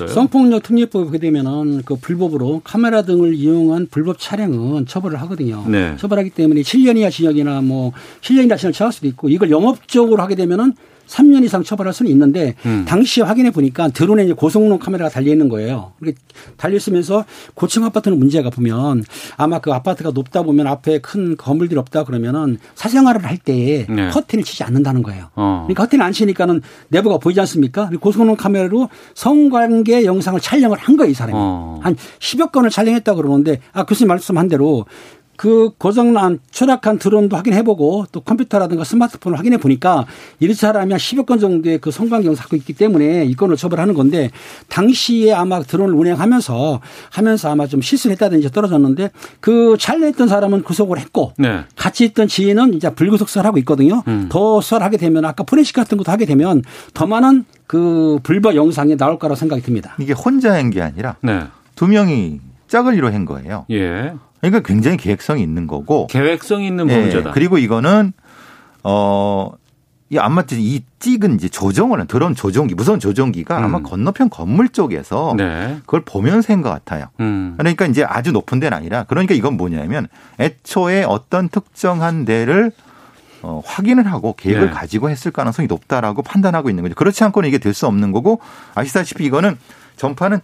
S2: 어요
S6: 성폭력 특례법이 보게 되면은 그 불법으로 카메라 등을 이용한 불법 촬영은 처벌을 하거든요.
S2: 네.
S6: 처벌하기 때문에 7년 이하 징역이나 뭐 7년 이하 징역 처할 수도 있고 이걸 영업적으로 하게 되면은 3년 이상 처벌할 수는 있는데
S2: 음.
S6: 당시에 확인해 보니까 드론에 이제 고성능 카메라가 달려 있는 거예요. 이렇게 달려 있으면서 고층 아파트는 문제가 보면 아마 그 아파트가 높다 보면 앞에 큰 건물들이 없다 그러면은 사생활을 할 때에
S2: 네.
S6: 커튼을 치지 않는다는 거예요.
S2: 어.
S6: 그러니까 커튼을 안 치니까는 내부가 보이지 않습니까? 그리고 고성능 카메라로 성관계 영상을 촬영을 한 거예요, 이 사람이.
S2: 어.
S6: 한 10여 건을 촬영했다 그러는데 아, 교수님 말씀한 대로 그 고정난 추락한 드론도 확인해보고 또 컴퓨터라든가 스마트폰을 확인해 보니까 이 사람이 한 10여 건 정도의 그 성관계 영상을 갖고 있기 때문에 이 건을 처벌하는 건데 당시에 아마 드론을 운행하면서 하면서 아마 좀 실수를 했다든지 떨어졌는데 그 촬영했던 사람은 구속을 했고
S2: 네.
S6: 같이 있던 지인은 이제 불구속 수사하고 있거든요.
S7: 음.
S6: 더 수사하게 되면 아까 포렌식 같은 것도 하게 되면 더 많은 그 불법 영상이 나올 거라고 생각이 듭니다.
S7: 이게 혼자 한 게 아니라
S2: 네.
S7: 두 명이 짝을 이뤄 한 거예요.
S2: 예.
S7: 그러니까 굉장히 계획성이 있는 거고
S2: 계획성 있는
S7: 예,
S2: 범죄다.
S7: 그리고 이거는 어. 이안 맞지 이 찍은 이제 조정을 한 드론 조종기 무선 조종기가 아마
S2: 음.
S7: 건너편 건물 쪽에서
S2: 네.
S7: 그걸 보면서 한것 같아요.
S2: 음.
S7: 그러니까 이제 아주 높은 데는 아니라 그러니까 이건 뭐냐면 애초에 어떤 특정한 데를 어, 확인을 하고 계획을
S2: 네.
S7: 가지고 했을 가능성이 높다라고 판단하고 있는 거죠. 그렇지 않고는 이게 될 수 없는 거고 아시다시피 이거는 전파는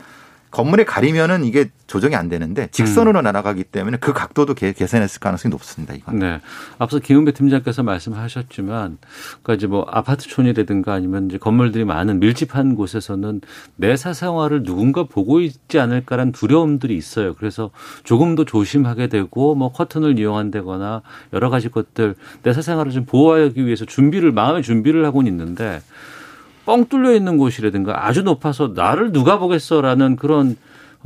S7: 건물에 가리면은 이게 조정이 안 되는데
S2: 음.
S7: 직선으로 날아가기 때문에 그 각도도 계- 계산했을 가능성이 높습니다. 이건.
S2: 네. 앞서 김은배 팀장께서 말씀하셨지만, 그러니까 이제 뭐 아파트촌이라든가 아니면 이제 건물들이 많은 밀집한 곳에서는 내 사생활을 누군가 보고 있지 않을까라는 두려움들이 있어요. 그래서 조금 더 조심하게 되고 뭐 커튼을 이용한다거나 여러 가지 것들 내 사생활을 좀 보호하기 위해서 준비를 마음의 준비를 하고는 있는데 뻥 뚫려 있는 곳이라든가 아주 높아서 나를 누가 보겠어라는 그런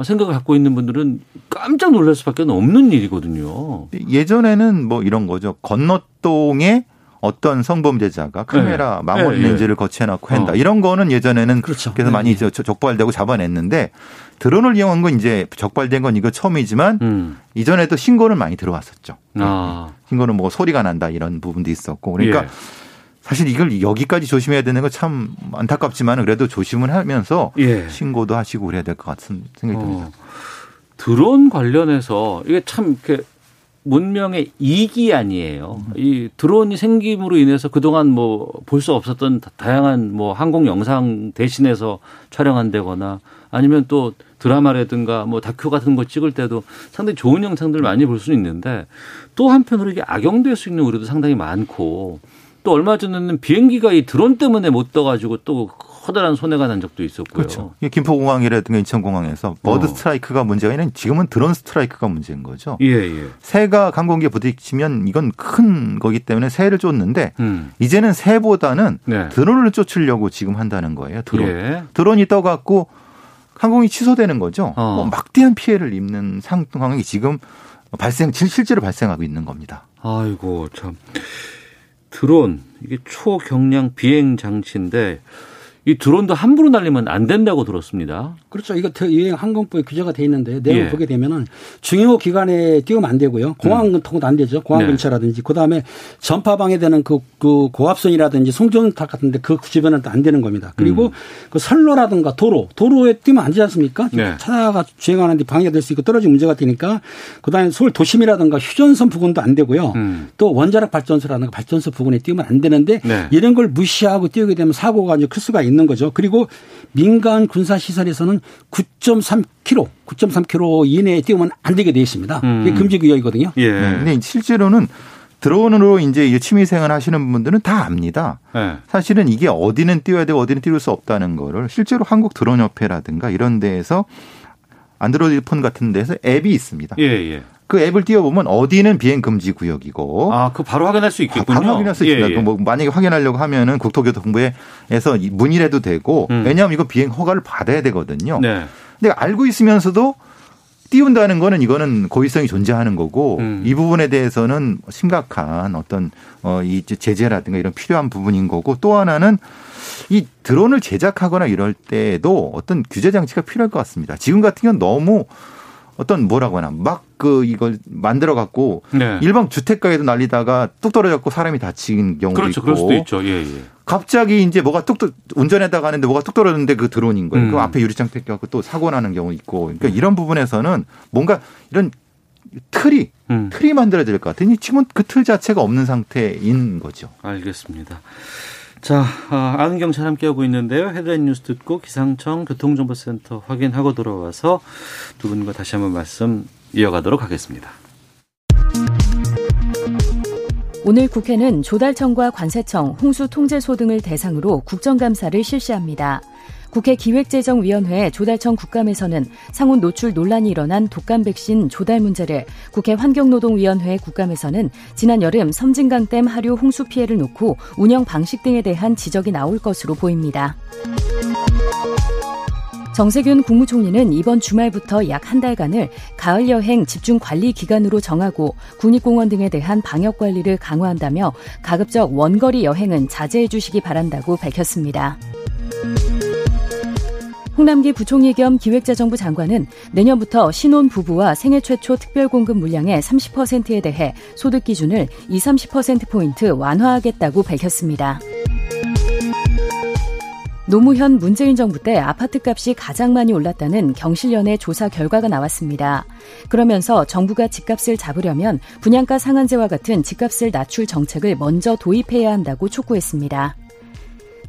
S2: 생각을 갖고 있는 분들은 깜짝 놀랄 수밖에 없는 일이거든요.
S7: 예전에는 뭐 이런 거죠. 건너동에 어떤 성범죄자가 카메라
S2: 네.
S7: 망원
S2: 네,
S7: 렌즈를 거치해놓고 한다.
S2: 어.
S7: 이런 거는 예전에는
S6: 그렇죠.
S7: 그래서
S6: 네,
S7: 많이 이제 저- 적발되고 잡아냈는데 드론을 이용한 건 이제 적발된 건 이거 처음이지만
S2: 음.
S7: 이전에도 신고는 많이 들어왔었죠.
S2: 아,
S7: 신고는 뭐 소리가 난다 이런 부분도 있었고 그러니까
S2: 예.
S7: 사실 이걸 여기까지 조심해야 되는 건 참 안타깝지만 그래도 조심을 하면서
S2: 예.
S7: 신고도 하시고 그래야 될 것 같은 생각이 듭니다.
S2: 어, 드론 관련해서 이게 참 이렇게 문명의 이기 아니에요. 이 드론이 생김으로 인해서 그동안 뭐 볼 수 없었던 다- 다양한 뭐 항공 영상 대신해서 촬영한다거나 아니면 또 드라마라든가 뭐 다큐 같은 거 찍을 때도 상당히 좋은 영상들을 많이 볼 수는 있는데 또 한편으로 이게 악용될 수 있는 우려도 상당히 많고 또 얼마 전에는 비행기가 이 드론 때문에 못 떠가지고 또 커다란 손해가 난 적도 있었고요.
S7: 그렇죠. 이게 김포공항이라든가 인천공항에서 버드
S2: 어.
S7: 스트라이크가 문제가 아니라 지금은 드론 스트라이크가 문제인 거죠.
S2: 예, 예.
S7: 새가 항공기에 부딪히면 이건 큰 거기 때문에 새를 쫓는데
S2: 음.
S7: 이제는 새보다는
S2: 네.
S7: 드론을 쫓으려고 지금 한다는 거예요. 드론.
S2: 예.
S7: 드론이 떠갖고 항공이 취소되는 거죠.
S2: 어.
S7: 뭐 막대한 피해를 입는 상황이 지금 발생 실- 실제로 발생하고 있는 겁니다.
S2: 아이고 참 드론 이게 초경량 비행 장치인데 이 드론도 함부로 날리면 안 된다고 들었습니다.
S6: 그렇죠. 이거 더 유행 항공법에 규제가 돼 있는데 내용
S2: 예. 음.
S6: 을 보게 되면은 중요 기관에 띄우면 안 되고요. 공항 통도 안 되죠. 공항
S2: 네.
S6: 근처라든지 그다음에 전파 방해되는 그, 그 고압선이라든지 송전탑 같은데 그 주변은 또 안 되는 겁니다.
S2: 음.
S6: 그리고 그 선로라든가 도로 도로에 띄면 안 되지 않습니까?
S2: 네.
S6: 차가 주행하는데 방해가 될 수 있고 떨어지면 문제가 되니까 그다음에 서울 도심이라든가 휴전선 부근도 안 되고요.
S2: 음.
S6: 또 원자력 발전소라든가 발전소 부근에 띄우면 안 되는데
S2: 네.
S6: 이런 걸 무시하고 띄우게 되면 사고가 아주 클 수가 있는 있는 거죠. 그리고 민간 군사 시설에서는 9.3km, 9.3km 이내에 뛰면 안 되게 돼 있습니다. 이게 금지 구역이거든요.
S2: 음. 예.
S7: 네. 근데 실제로는 드론으로 이제 이 취미생활 하시는 분들은 다 압니다.
S2: 예.
S7: 사실은 이게 어디는 띄워야 되고 어디는 띄울 수 없다는 거를 실제로 한국 드론협회라든가 이런 데에서 안드로이드 폰 같은 데서 앱이 있습니다.
S2: 예, 예.
S7: 그 앱을 띄워보면 어디는 비행 금지 구역이고 아,
S2: 아, 그 바로 확인할 수 있겠군요.
S7: 바로 확인할 수 있습니다.
S2: 예, 예.
S7: 뭐 만약에 확인하려고 하면은 국토교통부에서 이 문의해도 되고
S2: 음.
S7: 왜냐하면 이거 비행 허가를 받아야 되거든요.
S2: 네.
S7: 근데 알고 있으면서도 띄운다는 거는 이거는 고의성이 존재하는 거고
S2: 음.
S7: 이 부분에 대해서는 심각한 어떤 어이 제재라든가 이런 필요한 부분인 거고 또 하나는 이 드론을 제작하거나 이럴 때에도 어떤 규제 장치가 필요할 것 같습니다. 지금 같은 경우는 너무 어떤 뭐라고 하나 막 그 이걸 만들어 갖고
S2: 네.
S7: 일반 주택가에도 날리다가 뚝 떨어졌고 사람이 다친 경우도
S2: 그렇죠.
S7: 있고
S2: 그럴 수도 있죠. 예, 예.
S7: 갑자기 이제 뭐가 뚝 떨- 운전하다가 하는데 뭐가 뚝 떨어졌는데 그 드론인 거예요.
S2: 음.
S7: 그 앞에 유리창 뜯겨갖고 또 사고 나는 경우 있고. 그러니까 이런 부분에서는 뭔가 이런 틀이
S2: 음.
S7: 틀이 만들어야 될 것 같아요. 지금은 그 틀 자체가 없는 상태인 거죠.
S2: 알겠습니다. 자, 아, 아는 경찰 함께하고 있는데요. 헤드라인 뉴스 듣고 기상청 교통정보센터 확인하고 돌아와서 두 분과 다시 한번 말씀 이어가도록 하겠습니다.
S8: 오늘 국회는 조달청과 관세청, 홍수통제소 등을 대상으로 국정감사를 실시합니다. 국회 기획재정위원회 조달청 국감에서는 상온 노출 논란이 일어난 독감 백신 조달 문제를 국회 환경노동위원회 국감에서는 지난 여름 섬진강댐 하류 홍수 피해를 놓고 운영 방식 등에 대한 지적이 나올 것으로 보입니다. 정세균 국무총리는 이번 주말부터 약 한 달간을 가을 여행 집중 관리 기간으로 정하고 국립공원 등에 대한 방역 관리를 강화한다며 가급적 원거리 여행은 자제해 주시기 바란다고 밝혔습니다. 홍남기 부총리 겸 기획재정부 장관은 내년부터 신혼 부부와 생애 최초 특별공급 물량의 30%에 대해 소득 기준을 2, 30%포인트 완화하겠다고 밝혔습니다. 노무현 문재인 정부 때 아파트값이 가장 많이 올랐다는 경실련의 조사 결과가 나왔습니다. 그러면서 정부가 집값을 잡으려면 분양가 상한제와 같은 집값을 낮출 정책을 먼저 도입해야 한다고 촉구했습니다.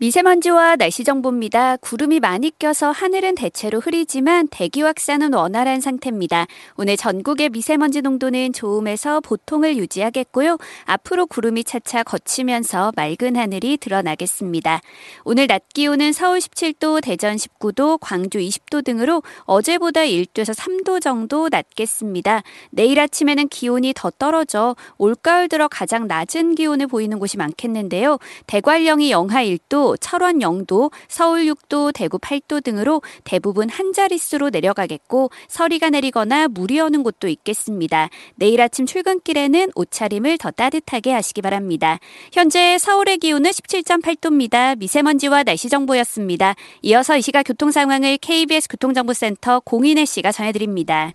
S9: 미세먼지와 날씨 정보입니다. 구름이 많이 껴서 하늘은 대체로 흐리지만 대기 확산은 원활한 상태입니다. 오늘 전국의 미세먼지 농도는 좋음에서 보통을 유지하겠고요. 앞으로 구름이 차차 걷히면서 맑은 하늘이 드러나겠습니다. 오늘 낮 기온은 서울 17도, 대전 19도, 광주 20도 등으로 어제보다 1도에서 3도 정도 낮겠습니다. 내일 아침에는 기온이 더 떨어져 올가을 들어 가장 낮은 기온을 보이는 곳이 많겠는데요. 대관령이 영하 1도, 철원 0도, 서울 6도, 대구 8도 등으로 대부분 한 자릿수로 내려가겠고 서리가 내리거나 물이 오는 곳도 있겠습니다. 내일 아침 출근길에는 옷차림을 더 따뜻하게 하시기 바랍니다. 현재 서울의 기온은 17.8도입니다. 미세먼지와 날씨 정보였습니다. 이어서 이 시각 교통 상황을 KBS 교통정보센터 공인혜 씨가 전해드립니다.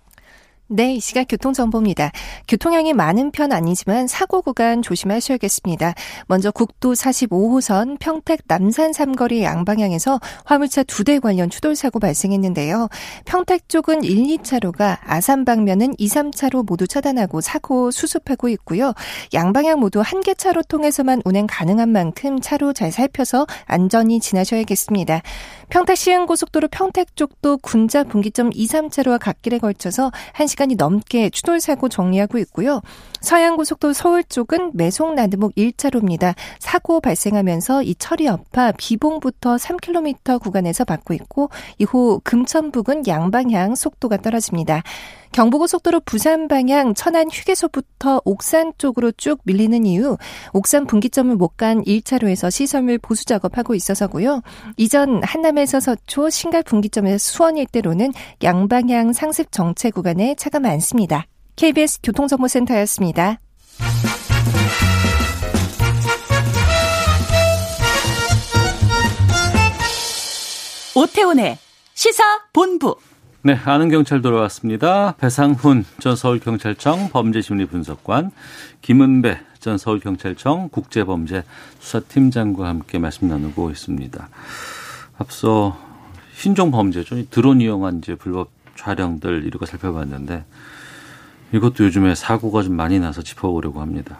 S10: 네, 이 시각 교통정보입니다. 교통량이 많은 편 아니지만 사고 구간 조심하셔야겠습니다. 먼저 국도 45호선 평택 남산 삼거리 양방향에서 화물차 두 대 관련 추돌사고 발생했는데요. 평택 쪽은 1, 2차로가 아산 방면은 2, 3차로 모두 차단하고 사고 수습하고 있고요. 양방향 모두 한 개 차로 통해서만 운행 가능한 만큼 차로 잘 살펴서 안전히 지나셔야겠습니다. 평택 시흥고속도로 평택 쪽도 군자 분기점 2, 3차로와 갓길에 걸쳐서 1시간이 넘게 추돌사고 정리하고 있고요. 서양고속도로 서울 쪽은 매송 나드목 1차로입니다. 사고 발생하면서 이 철이 엎파 비봉부터 3km 구간에서 받고 있고 이후 금천북은 양방향 속도가 떨어집니다. 경부고속도로 부산 방향 천안 휴게소부터 옥산 쪽으로 쭉 밀리는 이유 옥산 분기점을 못 간 1차로에서 시설물 보수 작업하고 있어서고요. 이전 한남에서 서초 신갈 분기점에서 수원 일대로는 양방향 상습 정체 구간에 차가 많습니다. KBS 교통정보센터였습니다.
S4: 오태훈의 시사본부
S2: 네, 아는 경찰 돌아왔습니다. 배상훈 전 서울경찰청 범죄심리분석관, 김은배 전 서울경찰청 국제범죄수사팀장과 함께 말씀 나누고 있습니다. 앞서 신종 범죄죠. 이 드론 이용한 이제 불법 촬영들 이런 거 살펴봤는데 이것도 요즘에 사고가 좀 많이 나서 짚어보려고 합니다.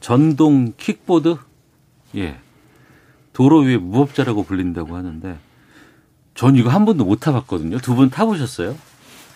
S2: 전동 킥보드 예 도로 위에 무법자라고 불린다고 하는데 전 이거 한 번도 못 타봤거든요. 두 분 타보셨어요?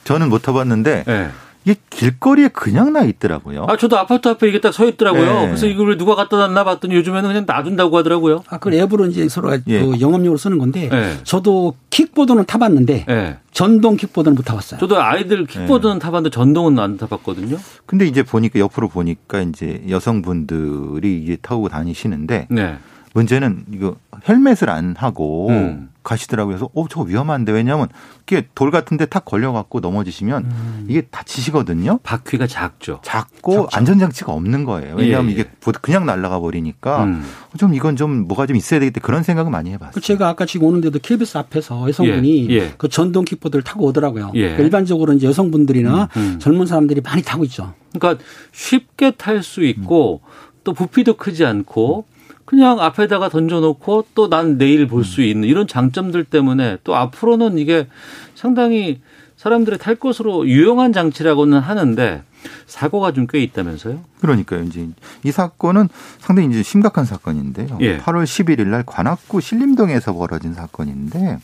S7: 저는 못 타봤는데
S2: 예.
S7: 이게 길거리에 그냥 나 있더라고요.
S2: 아 저도 아파트 앞에 이게 딱 서 있더라고요.
S6: 네.
S7: 예.
S2: 그래서 이걸 왜 누가 갖다 놨나 봤더니 요즘에는 그냥 놔둔다고 하더라고요.
S6: 아, 그 앱으로 이제 서로가
S7: 예.
S6: 그 영업용으로 쓰는 건데
S2: 예.
S6: 저도 킥보드는 타봤는데
S2: 예.
S6: 전동 킥보드는 못 타봤어요.
S2: 저도
S6: 네.
S2: 아이들 킥보드는 타봤는데 전동은 안 타봤거든요.
S7: 근데 이제 보니까 옆으로 보니까 이제 여성분들이 이게 타고 다니시는데
S2: 네.
S7: 문제는 이거 헬멧을 안 하고
S2: 음.
S7: 가시더라고요. 그래서 어, 저거 위험한데 왜냐하면 이게 돌 같은 데 탁 걸려갖고 넘어지시면 이게 다치시거든요.
S2: 음. 바퀴가 작죠.
S7: 작고 안전장치가 없는 거예요.
S2: 예,
S7: 왜냐하면
S2: 예.
S7: 이게 보드- 그냥 날아가 버리니까 어,
S2: 음.
S7: 좀 이건 좀 뭐가 좀 있어야 되겠다 그런 생각을 많이
S6: 그
S7: 해봤어요.
S6: 제가 아까 지금 오는데도 KBS 앞에서 여성분이
S2: 예, 예.
S6: 그 전동 킥보드를 타고 오더라고요.
S2: 예. 음,
S6: 그러니까 일반적으로 이제 여성분들이나 젊은 사람들이 많이 타고 있죠.
S2: 그러니까 쉽게 탈 수 있고 또 부피도 크지 않고 그냥 앞에다가 던져놓고 또 난 내일 볼 수 있는 이런 장점들 때문에 또 앞으로는 이게 상당히 사람들이 탈 것으로 유용한 장치라고는 하는데 사고가 좀 꽤 있다면서요?
S7: 그러니까요. 이제 이 사건은 상당히 이제 심각한 사건인데요.
S2: 예.
S7: 8월 11일 날 관악구 신림동에서 벌어진 사건인데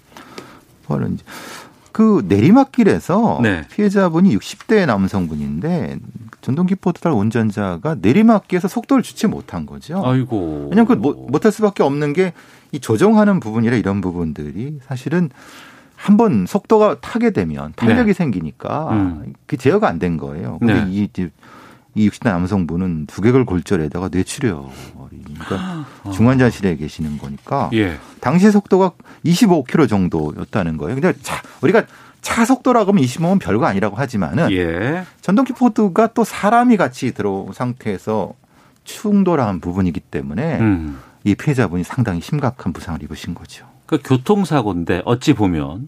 S7: 바로 이제 그 내리막길에서
S2: 네.
S7: 피해자분이 60대 남성분인데 전동기포트 탈 운전자가 내리막길에서 속도를 주지 못한 거죠.
S2: 아이고.
S7: 왜냐하면 그 못- 못할 수밖에 없는 게 이 조정하는 부분이라 이런 부분들이 사실은 한번 속도가 타게 되면 탄력이
S2: 네.
S7: 생기니까
S2: 음.
S7: 그 제어가 안 된 거예요. 근데
S2: 네.
S7: 이 이제 이 60대 남성분은 두개골 골절에다가 뇌출혈, 그러니까 중환자실에 계시는 거니까
S2: 아. 예.
S7: 당시 속도가 25km 정도였다는 거예요. 근데 차, 우리가 차 속도라고 하면 25면 별거 아니라고
S6: 음.
S7: 하지만은
S2: 예.
S7: 전동 키포드가 또 사람이 같이 들어온 상태에서 충돌한 부분이기 때문에
S2: 음.
S7: 이 피해자분이 상당히 심각한 부상을 입으신 거죠.
S2: 그러니까 교통사고인데 어찌 보면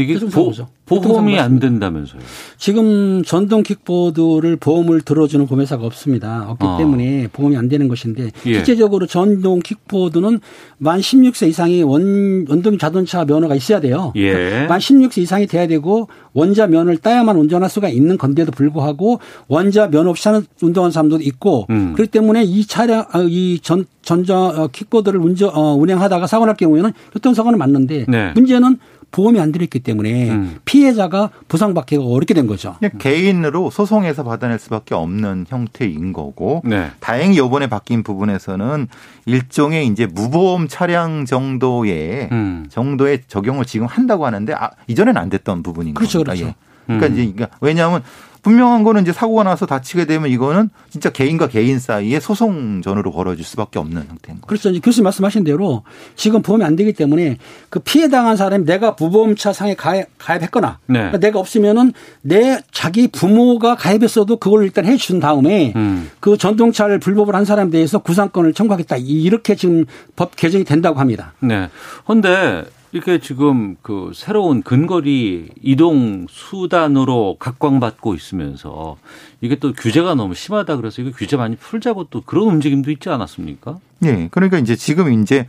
S2: 이게 보,
S6: 교통사고죠.
S2: 보험이
S6: 교통사고
S2: 안 된다면서요?
S6: 지금 전동 킥보드를 보험을 들어주는 보험회사가 없습니다. 없기
S2: 아.
S6: 때문에 보험이 안 되는 것인데
S2: 예.
S6: 실제적으로 전동 킥보드는 만 16세 이상이 원, 원동 자동차 면허가 있어야 돼요.
S2: 예.
S6: 만 16세 이상이 돼야 되고 원자 면허를 따야만 운전할 수가 있는 건데도 불구하고 원자 면허 없이 하는 운동하는 사람도 있고
S2: 음.
S6: 그렇기 때문에 이 차량 아, 이전 전자 어, 킥보드를 운전 어, 운행하다가 사고 날 경우에는 교통사고는 맞는데
S2: 네.
S6: 문제는 보험이 안 들어있기 때문에
S2: 음.
S6: 피해자가 보상받기가 어렵게 된 거죠.
S7: 그냥 네, 개인으로 소송해서 받아낼 수밖에 없는 형태인 거고
S2: 네.
S7: 다행히 요번에 바뀐 부분에서는 일종의 이제 무보험 차량 정도의
S2: 음.
S7: 정도의 적용을 지금 한다고 하는데 아, 이전엔 안 됐던 부분인
S6: 그렇죠,
S7: 겁니다.
S6: 그렇죠.
S7: 예.
S2: 음.
S7: 그러니까 이제 그러니까 왜냐하면 분명한 거는 이제 사고가 나서 다치게 되면 이거는 진짜 개인과 개인 사이의 소송 전으로 벌어질 수밖에 없는 형태인 거죠.
S6: 그렇죠. 이제 교수님 말씀하신 대로 지금 보험이 안 되기 때문에 그 피해 당한 사람이 내가 무보험차 상에 가입, 했거나
S2: 네.
S6: 그러니까 내가 없으면은 내 자기 부모가 가입했어도 그걸 일단 해준 다음에
S2: 음.
S6: 그 전동차를 불법으로 한 사람에 대해서 구상권을 청구하겠다 이- 이렇게 지금 법 개정이 된다고 합니다.
S2: 네. 근데 이렇게 지금 그 새로운 근거리 이동 수단으로 각광받고 있으면서 이게 또 규제가 너무 심하다 그래서 이거 규제 많이 풀자고 또 그런 움직임도 있지 않았습니까?
S7: 예. 그러니까 이제 지금 이제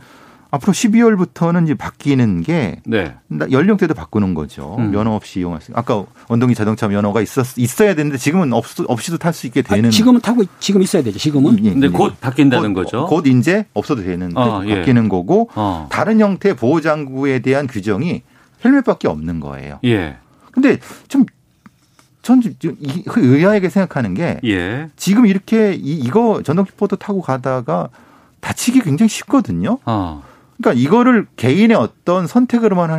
S7: 앞으로 12월부터는 이제 바뀌는 게
S2: 네.
S7: 나- 연령대도 바꾸는 거죠.
S2: 음.
S7: 면허 없이 이용할 수. 아까 원동기 자동차 면허가 있었 있어야 되는데 지금은 없, 없이도 탈 수 있게 되는.
S6: 아, 지금은 타고 있- 지금 있어야 되죠. 지금은
S7: 예,
S2: 근데
S7: 예.
S2: 곧
S6: 어,
S2: 바뀐다는
S7: 곧-
S2: 거죠.
S7: 곧 이제 없어도 되는
S2: 아, 예.
S7: 바뀌는 거고
S2: 어.
S7: 다른 형태의 보호 장구에 대한 규정이 헬멧밖에 없는 거예요.
S2: 예.
S7: 근데 좀전 그 의아하게 생각하는
S6: 네.
S7: 게
S2: 예.
S7: 지금 이렇게 이, 이거 전동 키포드 타고 가다가 다치기 굉장히 쉽거든요.
S2: 어.
S7: 그러니까 이거를 개인의 어떤 선택으로만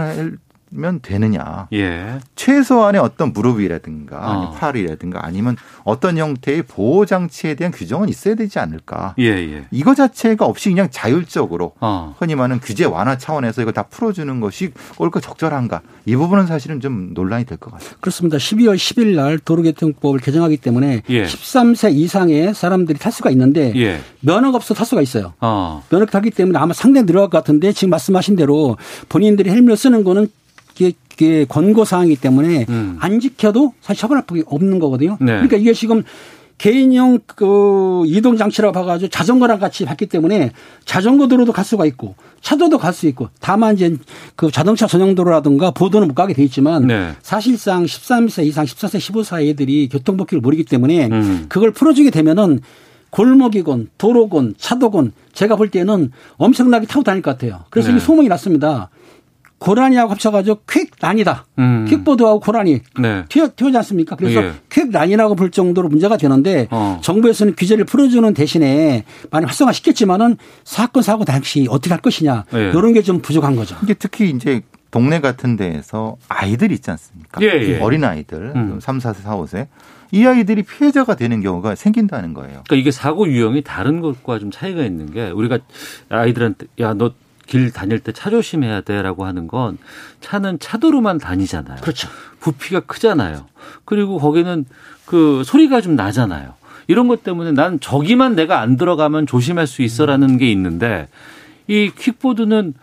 S7: 하면 되느냐.
S2: 예.
S7: 최소한의 어떤 무릎이라든가
S2: 아.
S7: 아니면 팔이라든가 아니면 어떤 형태의 보호 장치에 대한 규정은 있어야 되지 않을까.
S2: 예, 예.
S7: 이거 자체가 없이 그냥 자율적으로
S2: 어.
S7: 흔히 말하는 규제 완화 차원에서 이거 다 풀어주는 것이 옳고 적절한가. 이 부분은 사실은 좀 논란이 될 것 같아요.
S6: 그렇습니다. 12월 10일 날 도로교통법을 개정하기 때문에
S2: 예.
S6: 13세 이상의 사람들이 탈 수가 있는데
S2: 예.
S6: 면허가 없어 탈 수가 있어요.
S2: 어.
S6: 면허 타기 때문에 아마 상당히 늘어갈 것 같은데 지금 말씀하신 대로 본인들이 헬멧 쓰는 거는 이게, 이게 권고 사항이기 때문에
S2: 음.
S6: 안 지켜도 사실 처벌할 폭이 없는 거거든요.
S2: 네.
S6: 그러니까 이게 지금 개인용 그 이동 장치라고 봐가지고 자전거랑 같이 봤기 때문에 자전거 도로도 갈 수가 있고 차도도 갈 수 있고 다만 이제 그 자동차 전용 도로라든가 보도는 못 가게 돼 있지만
S2: 네.
S6: 사실상 13세 이상 14세 15세 애들이 교통법규를 모르기 때문에
S2: 음.
S6: 그걸 풀어주게 되면은 골목이건 도로건 차도건 제가 볼 때는 엄청나게 타고 다닐 것 같아요. 그래서
S2: 네.
S6: 이게 소문이 났습니다. 고라니하고 합쳐가지고 퀵란이다.
S2: 음.
S6: 퀵보드하고 고라니
S2: 네.
S6: 튀어, 튀어지 않습니까? 그래서
S2: 예.
S6: 퀵란이라고 볼 정도로 문제가 되는데
S2: 어.
S6: 정부에서는 규제를 풀어주는 대신에 많이 활성화시켰지만은 사건 사고 당시 어떻게 할 것이냐
S2: 예.
S6: 이런 게 좀 부족한 거죠.
S7: 이게 특히 이제 동네 같은 데에서 아이들 있지 않습니까?
S2: 예, 예.
S7: 어린 아이들,
S2: 음.
S7: 3, 4세, 4, 5세. 이 아이들이 피해자가 되는 경우가 생긴다는 거예요.
S2: 그러니까 이게 사고 유형이 다른 것과 좀 차이가 있는 게 우리가 아이들한테 야 너 길 다닐 때 차 조심해야 돼라고 하는 건 차는 차도로만 다니잖아요.
S6: 그렇죠.
S2: 부피가 크잖아요. 그리고 거기는 그 소리가 좀 나잖아요. 이런 것 때문에 난 저기만 내가 안 들어가면 조심할 수 있어라는 게 있는데 이 킥보드는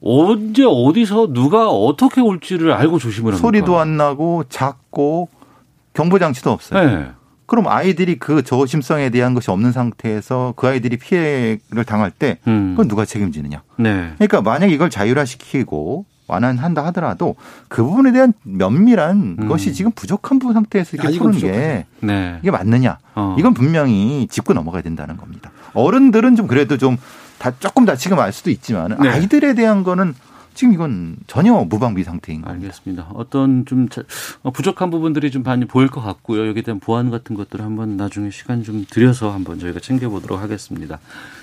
S2: 언제 어디서 누가 어떻게 올지를 알고 조심을 합니다.
S7: 소리도 안 나고 작고 경보 장치도 없어요.
S2: 네.
S7: 그럼 아이들이 그 조심성에 대한 것이 없는 상태에서 그 아이들이 피해를 당할 때
S2: 음.
S7: 그건 누가 책임지느냐?
S2: 네.
S7: 그러니까 만약 이걸 자율화시키고 완화한다 하더라도 그 부분에 대한 면밀한
S2: 음.
S7: 것이 지금 부족한 부분 상태에서 이렇게
S6: 아직은
S7: 푸는
S6: 부족하죠.
S7: 게
S2: 네.
S7: 이게 맞느냐?
S2: 어.
S7: 이건 분명히 짚고 넘어가야 된다는 겁니다. 어른들은 좀 그래도 좀 다 조금 다치금 알 수도 있지만
S2: 네.
S7: 아이들에 대한 거는 지금 이건 전혀 무방비 상태인 거예요.
S2: 알겠습니다. 어떤 좀 자- 어, 부족한 부분들이 좀 많이 보일 것 같고요. 여기에 대한 보완 같은 것들을 한번 나중에 시간 좀 들여서 한번 저희가 챙겨보도록 하겠습니다.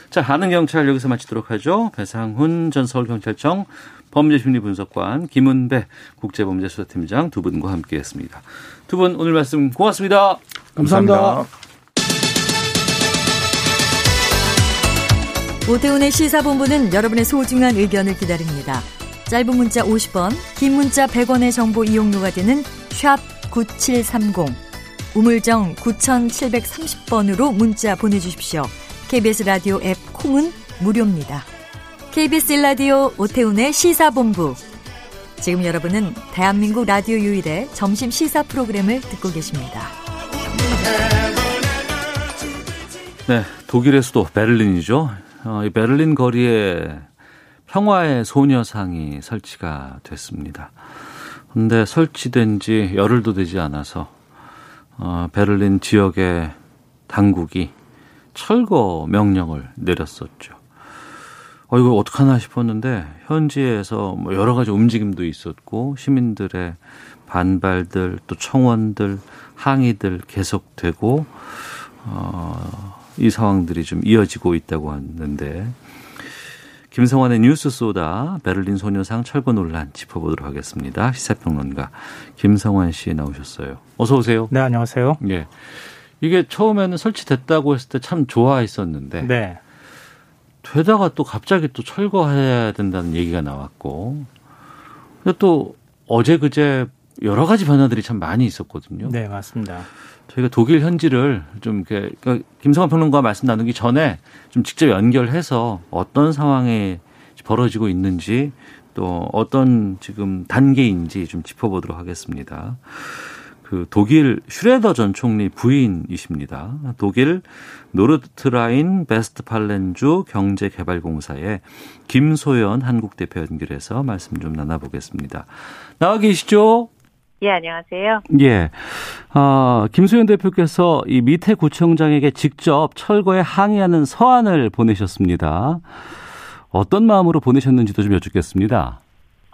S2: 자, 아는 경찰 여기서 마치도록 하죠. 배상훈 전 서울경찰청 범죄심리분석관 김은배 국제범죄수사팀장 두 분과 함께했습니다. 두 분 오늘 말씀 고맙습니다.
S6: 감사합니다.
S11: 오태훈의 시사본부는 여러분의 소중한 의견을 기다립니다. 짧은 문자 50원, 긴 문자 100원의 정보 이용료가 되는 샵 9730, 우물정 9730번으로 문자 보내주십시오. KBS 라디오 앱 콩은 무료입니다. KBS 라디오 오태훈의 시사본부. 지금 여러분은 대한민국 라디오 유일의 점심 시사 프로그램을 듣고 계십니다.
S2: 네, 독일의 수도 베를린이죠. 어, 이 베를린 거리에 평화의 소녀상이 설치가 됐습니다. 근데 설치된 지 열흘도 되지 않아서 어, 베를린 지역의 당국이 철거 명령을 내렸었죠. 어, 이거 어떡하나 싶었는데 현지에서 뭐 여러 가지 움직임도 있었고 시민들의 반발들 또 청원들 항의들 계속되고 어, 이 상황들이 좀 이어지고 있다고 하는데 김성환의 뉴스 소다 베를린 소녀상 철거 논란 짚어보도록 하겠습니다. 시사평론가 김성환 씨 나오셨어요. 어서 오세요.
S12: 네, 안녕하세요.
S2: 예. 이게 처음에는 설치됐다고 했을 때 참 좋아했었는데
S12: 네.
S2: 되다가 또 갑자기 또 철거해야 된다는 얘기가 나왔고 근데 또 어제 그제 여러 가지 변화들이 참 많이 있었거든요.
S12: 네, 맞습니다.
S2: 저희가 독일 현지를 좀 이렇게 그러니까 김성환 평론가 말씀 나누기 전에 좀 직접 연결해서 어떤 상황에 벌어지고 있는지 또 어떤 지금 단계인지 좀 짚어보도록 하겠습니다. 그 독일 슈레더 전 총리 부인이십니다. 독일 노르트라인 베스트팔렌주 경제개발공사의 김소연 한국 대표 연결해서 말씀 좀 나눠보겠습니다. 나와 계시죠?
S13: 예, 안녕하세요.
S2: 예. 아, 김소연 대표께서 이 밑에 구청장에게 직접 철거에 항의하는 서한을 보내셨습니다. 어떤 마음으로 보내셨는지도 좀 여쭙겠습니다.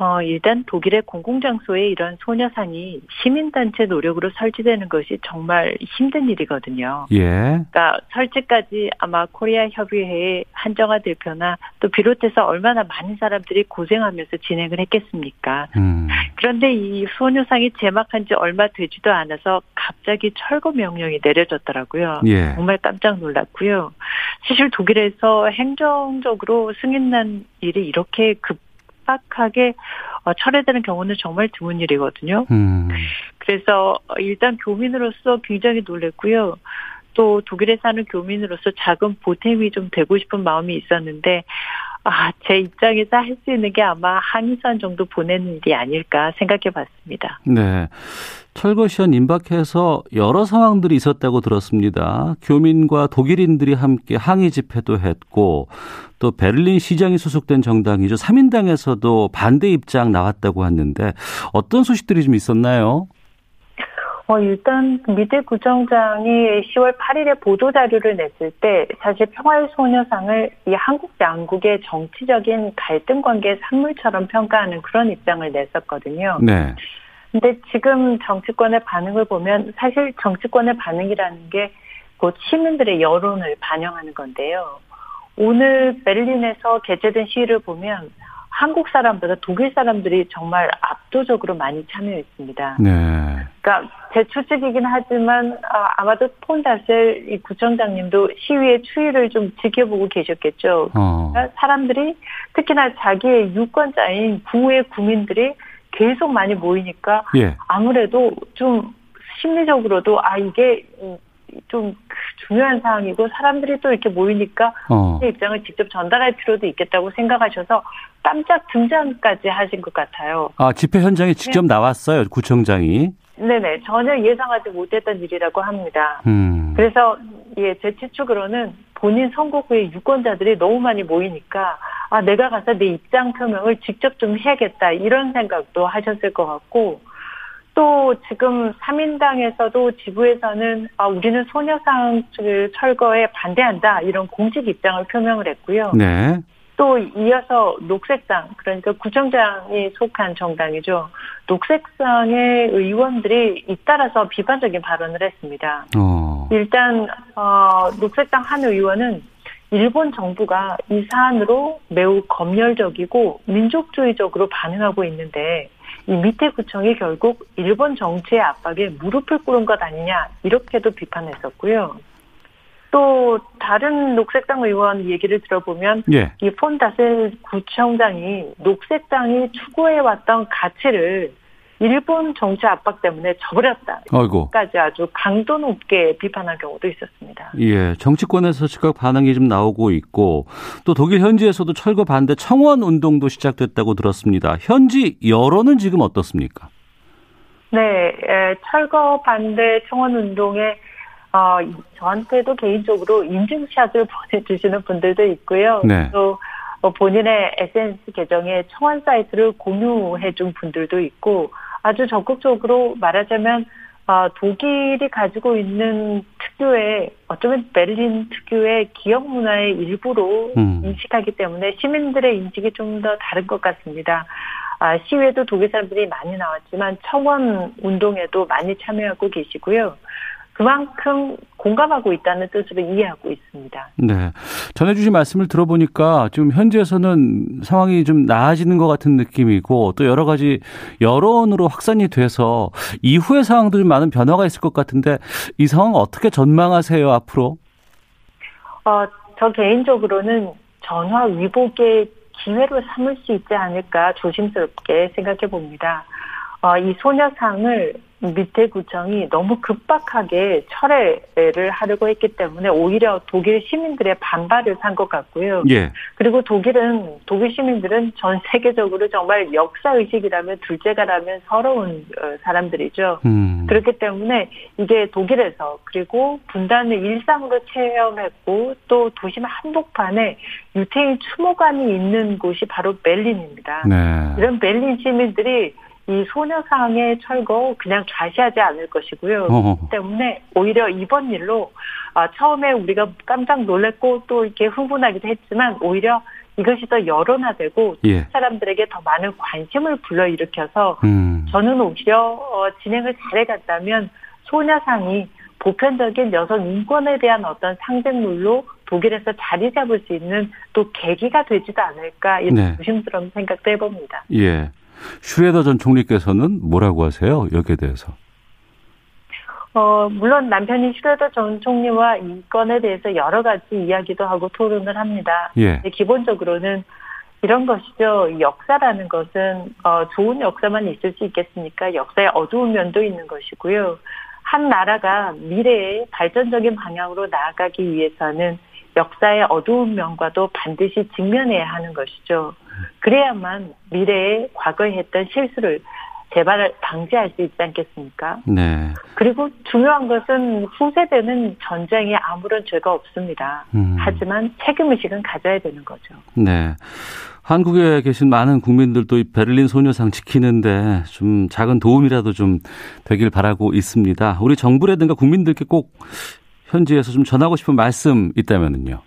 S13: 어, 일단 독일의 공공장소에 이런 소녀상이 시민단체 노력으로 설치되는 것이 정말 힘든 일이거든요.
S2: 예.
S13: 그러니까 설치까지 아마 코리아 협의회의 한정화 대표나 또 비롯해서 얼마나 많은 사람들이 고생하면서 진행을 했겠습니까.
S2: 음.
S13: 그런데 이 소녀상이 제막한 지 얼마 되지도 않아서 갑자기 철거 명령이 내려졌더라고요.
S2: 예.
S13: 정말 깜짝 놀랐고요. 사실 독일에서 행정적으로 승인난 일이 이렇게 급박하게 어, 철회되는 경우는 정말 드문 일이거든요.
S2: 음.
S13: 그래서 일단 교민으로서 굉장히 놀랬고요. 또 독일에 사는 교민으로서 작은 보탬이 좀 되고 싶은 마음이 있었는데 아, 제 입장에서 할 수 있는 게 아마 항의선 정도 보내는 일이 아닐까 생각해 봤습니다.
S2: 네. 철거 시연 임박해서 여러 상황들이 있었다고 들었습니다. 교민과 독일인들이 함께 항의 집회도 했고 또 베를린 시장이 소속된 정당이죠. 3인당에서도 반대 입장 나왔다고 하는데 어떤 소식들이 좀 있었나요?
S13: 어, 일단 미드 구청장이 10월 8일에 보도 자료를 냈을 때 사실 평화의 소녀상을 이 한국 양국의 정치적인 갈등 관계의 산물처럼 평가하는 그런 입장을 냈었거든요.
S2: 네.
S13: 근데 지금 정치권의 반응을 보면 사실 정치권의 반응이라는 게 곧 시민들의 여론을 반영하는 건데요. 오늘 베를린에서 개최된 시위를 보면 한국 사람보다 독일 사람들이 정말 압도적으로 많이 참여했습니다.
S4: 음.
S2: 네.
S13: 그러니까 제 추측이긴 하지만 아, 마도 폰다셀 이 구청장님도 시위의 추이를 좀 지켜보고 계셨겠죠.
S2: 어.
S13: 그러니까 사람들이 특히나 자기의 유권자인 구의 국민들이 계속 많이 모이니까
S2: 예.
S13: 아무래도 좀 심리적으로도 아 이게 좀 중요한 사항이고 사람들이 또 이렇게 모이니까
S2: 어.
S13: 제 입장을 직접 전달할 필요도 있겠다고 생각하셔서 깜짝 등장까지 하신 것 같아요.
S2: 아, 집회 현장에 직접 나왔어요, 구청장이.
S13: 네네 전혀 예상하지 못했던 일이라고 합니다.
S2: 음.
S13: 그래서 예 제 추측으로는 본인 선거 후에 유권자들이 너무 많이 모이니까 아 내가 가서 내 입장 표명을 직접 좀 해야겠다 이런 생각도 하셨을 것 같고 또 지금 3인당에서도 지부에서는 아 우리는 소녀상 철거에 반대한다 이런 공식 입장을 표명을 했고요.
S2: 네.
S13: 또 이어서 녹색당 그러니까 구청장이 속한 정당이죠. 녹색당의 의원들이 잇따라서 비판적인 발언을 했습니다.
S2: 어.
S13: 일단 어, 녹색당 한 의원은 일본 정부가 이 사안으로 매우 검열적이고 민족주의적으로 반응하고 있는데 이 밑에 구청이 결국 일본 정치의 압박에 무릎을 꿇은 것 아니냐 이렇게도 비판했었고요. 또 다른 녹색당 의원 얘기를 들어보면
S2: 예.
S13: 이 폰다셀 구청장이 녹색당이 추구해왔던 가치를 일본 정치 압박 때문에 저버렸다.
S2: 아이고.
S13: 까지 아주 강도 높게 비판한 경우도 있었습니다.
S2: 예, 정치권에서 즉각 반응이 좀 나오고 있고 또 독일 현지에서도 철거 반대 청원 운동도 시작됐다고 들었습니다. 현지 여론은 지금 어떻습니까?
S13: 네, 에, 철거 반대 청원 운동에 어, 저한테도 개인적으로 인증샷을 보내주시는 분들도 있고요.
S2: 네.
S13: 또 어, 본인의 SNS 계정에 청원 사이트를 공유해준 분들도 있고 아주 적극적으로 말하자면 어, 독일이 가지고 있는 특유의 어쩌면 베를린 특유의 기업 문화의 일부로
S2: 음.
S13: 인식하기 때문에 시민들의 인식이 좀 더 다른 것 같습니다. 아, 시위에도 독일 사람들이 많이 나왔지만 청원 운동에도 많이 참여하고 계시고요. 그만큼 공감하고 있다는 뜻으로 이해하고 있습니다.
S2: 네. 전해주신 말씀을 들어보니까 지금 현지에서는 상황이 좀 나아지는 것 같은 느낌이고 또 여러 가지 여론으로 확산이 돼서 이후의 상황도 좀 많은 변화가 있을 것 같은데 이 상황 어떻게 전망하세요 앞으로?
S13: 어, 저 개인적으로는 전화 위복의 기회로 삼을 수 있지 않을까 조심스럽게 생각해 봅니다. 어, 이 소녀상을 밑에 구청이 너무 급박하게 철회를 하려고 했기 때문에 오히려 독일 시민들의 반발을 산 것 같고요.
S2: 예.
S13: 그리고 독일은 독일 시민들은 전 세계적으로 정말 역사 의식이라면 둘째가라면 서러운 어, 사람들이죠.
S2: 음.
S13: 그렇기 때문에 이게 독일에서 그리고 분단을 일상으로 체험했고 또 도심 한복판에 유태인 추모관이 있는 곳이 바로 벨린입니다.
S2: 네.
S13: 아, 이런 벨린 시민들이 이 소녀상의 철거 그냥 좌시하지 않을 것이고요.
S2: 어허.
S13: 때문에 오히려 이번 일로 아, 처음에 우리가 깜짝 놀랐고 또 이렇게 흥분하기도 했지만 오히려 이것이 더 여론화되고
S2: 예.
S13: 사람들에게 더 많은 관심을 불러일으켜서
S2: 음.
S13: 저는 오히려 어, 진행을 잘해갔다면 소녀상이 보편적인 여성 인권에 대한 어떤 상징물로 독일에서 자리 잡을 수 있는 또 계기가 되지도 않을까 이런
S2: 네.
S13: 조심스러운 생각도 해봅니다.
S2: 예. 슈레더 전 총리께서는 뭐라고 하세요? 여기에 대해서.
S13: 어, 물론 남편이 슈레더 전 총리와 이 건에 대해서 여러 가지 이야기도 하고 토론을 합니다.
S2: 예.
S13: 근데 기본적으로는 이런 것이죠. 이 역사라는 것은 어, 좋은 역사만 있을 수 있겠습니까? 역사의 어두운 면도 있는 것이고요. 한 나라가 미래의 발전적인 방향으로 나아가기 위해서는 역사의 어두운 면과도 반드시 직면해야 하는 것이죠. 그래야만 미래에 과거에 했던 실수를 재발을 방지할 수 있지 않겠습니까?
S2: 네.
S13: 그리고 중요한 것은 후세대는 전쟁에 아무런 죄가 없습니다.
S2: 음.
S13: 하지만 책임의식은 가져야 되는 거죠.
S2: 네. 한국에 계신 많은 국민들도 이 베를린 소녀상 지키는데 좀 작은 도움이라도 좀 되길 바라고 있습니다. 우리 정부라든가 국민들께 꼭 현지에서 좀 전하고 싶은 말씀 있다면은요.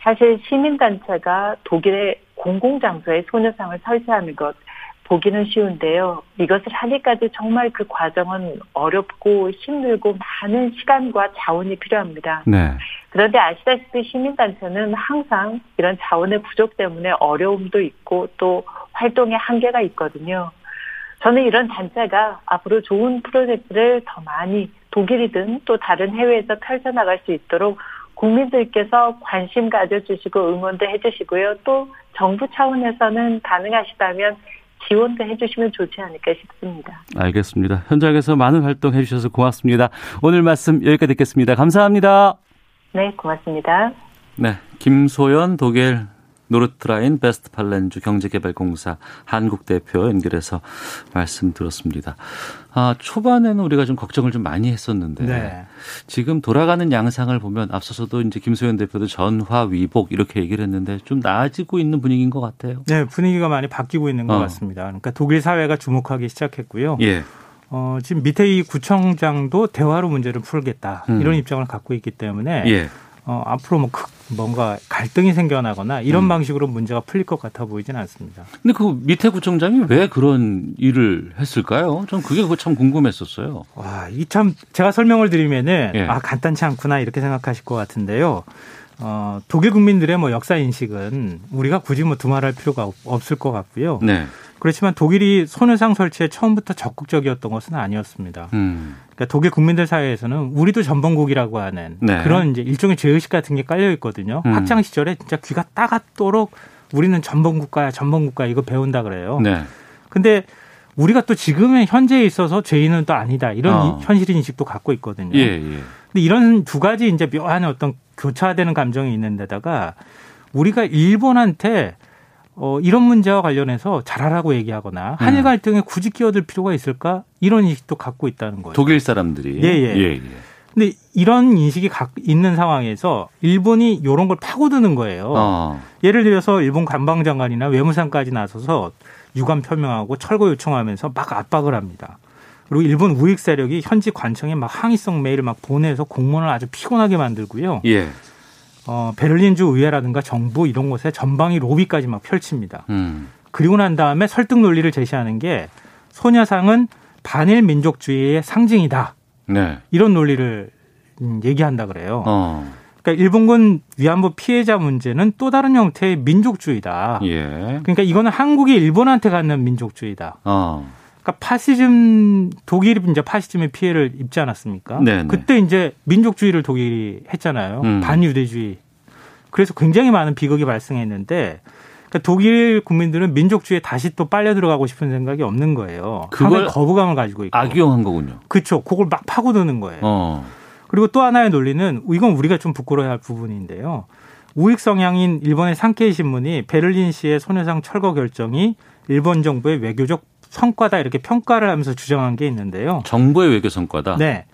S13: 사실 시민단체가 독일의 공공장소에 소녀상을 설치하는 것 보기는 쉬운데요. 이것을 하기까지 정말 그 과정은 어렵고 힘들고 많은 시간과 자원이 필요합니다.
S2: 네.
S13: 그런데 아시다시피 시민단체는 항상 이런 자원의 부족 때문에 어려움도 있고 또 활동의 한계가 있거든요. 저는 이런 단체가 앞으로 좋은 프로젝트를 더 많이 독일이든 또 다른 해외에서 펼쳐나갈 수 있도록 국민들께서 관심 가져주시고 응원도 해주시고요. 또 정부 차원에서는 가능하시다면 지원도 해주시면 좋지 않을까 싶습니다.
S2: 알겠습니다. 현장에서 많은 활동해 주셔서 고맙습니다. 오늘 말씀 여기까지 듣겠습니다. 감사합니다.
S13: 네, 고맙습니다.
S2: 네. 김소연 독일 노르트라인 베스트팔렌주 경제개발공사 한국 대표 연결해서 말씀 들었습니다. 아, 초반에는 우리가 좀 걱정을 좀 많이 했었는데
S12: 네.
S2: 지금 돌아가는 양상을 보면 앞서서도 이제 김소연 대표도 전화 위복 이렇게 얘기를 했는데 좀 나아지고 있는 분위기인 것 같아요.
S12: 네, 분위기가 많이 바뀌고 있는 것
S2: 어.
S12: 같습니다. 그러니까 독일 사회가 주목하기 시작했고요.
S2: 예.
S12: 어, 지금 밑에 이 구청장도 대화로 문제를 풀겠다
S2: 음.
S12: 이런 입장을 갖고 있기 때문에
S2: 예.
S12: 어, 앞으로 뭐 크- 뭔가 갈등이 생겨나거나 이런
S2: 음.
S12: 방식으로 문제가 풀릴 것 같아 보이진 않습니다.
S2: 근데 그 밑에 구청장이 왜 그런 일을 했을까요? 전 그게 그거 참 궁금했었어요.
S12: 와, 이 참 제가 설명을 드리면은
S2: 예.
S12: 아 간단치 않구나 이렇게 생각하실 것 같은데요. 어, 독일 국민들의 뭐 역사 인식은 우리가 굳이 뭐 두말할 필요가 없- 없을 것 같고요.
S2: 네.
S12: 그렇지만 독일이 소녀상 설치에 처음부터 적극적이었던 것은 아니었습니다.
S2: 음.
S12: 그러니까 독일 국민들 사이에서는 우리도 전범국이라고 하는
S2: 네.
S12: 그런 이제 일종의 죄의식 같은 게 깔려 있거든요.
S2: 음.
S12: 학창 시절에 진짜 귀가 따갑도록 우리는 전범국가야, 전범국가 야 이거 배운다 그래요.
S2: 네.
S12: 근데 우리가 또 지금의 현재에 있어서 죄인은 또 아니다 이런
S2: 어.
S12: 이- 현실 인식도 갖고 있거든요.
S2: 예, 예.
S12: 근데 이런 두 가지 이제 묘한 어떤 교차되는 감정이 있는데다가 우리가 일본한테 어, 이런 문제와 관련해서 잘하라고 얘기하거나 한일
S2: 음.
S12: 갈등에 굳이 끼어들 필요가 있을까 이런 인식도 갖고 있다는 거예요.
S2: 독일 사람들이.
S12: 예, 예. 근데 이런 인식이 각- 있는 상황에서 일본이 이런 걸 파고드는 거예요.
S2: 어.
S12: 예를 들어서 일본 관방장관이나 외무상까지 나서서 유감 표명하고 철거 요청하면서 막 압박을 합니다. 그리고 일본 우익 세력이 현지 관청에 막 항의성 메일을 막 보내서 공무원을 아주 피곤하게 만들고요.
S2: 예.
S12: 어, 베를린주 의회라든가 정부 이런 곳에 전방위 로비까지 막 펼칩니다.
S2: 음.
S12: 그리고 난 다음에 설득 논리를 제시하는 게 소녀상은 반일 민족주의의 상징이다.
S2: 네.
S12: 이런 논리를 음, 얘기한다 그래요.
S2: 어.
S12: 그러니까 일본군 위안부 피해자 문제는 또 다른 형태의 민족주의다.
S2: 예.
S12: 그러니까 이거는 한국이 일본한테 갖는 민족주의다.
S2: 어.
S12: 그러니까 파시즘 독일이 이제 파시즘의 피해를 입지 않았습니까?
S2: 네네.
S12: 그때 이제 민족주의를 독일이 했잖아요.
S2: 음.
S12: 반유대주의. 그래서 굉장히 많은 비극이 발생했는데 그러니까 독일 국민들은 민족주의에 다시 또 빨려 들어가고 싶은 생각이 없는 거예요.
S2: 그걸
S12: 상당히 거부감을 가지고 있고.
S2: 악용한 거군요.
S12: 그렇죠. 그걸 막 파고드는 거예요.
S2: 어.
S12: 그리고 또 하나의 논리는 이건 우리가 좀 부끄러워야 할 부분인데요. 우익 성향인 일본의 산케이 신문이 베를린시의 소녀상 철거 결정이 일본 정부의 외교적 성과다 이렇게 평가를 하면서 주장한 게 있는데요.
S2: 정부의 외교 성과다.
S12: 네.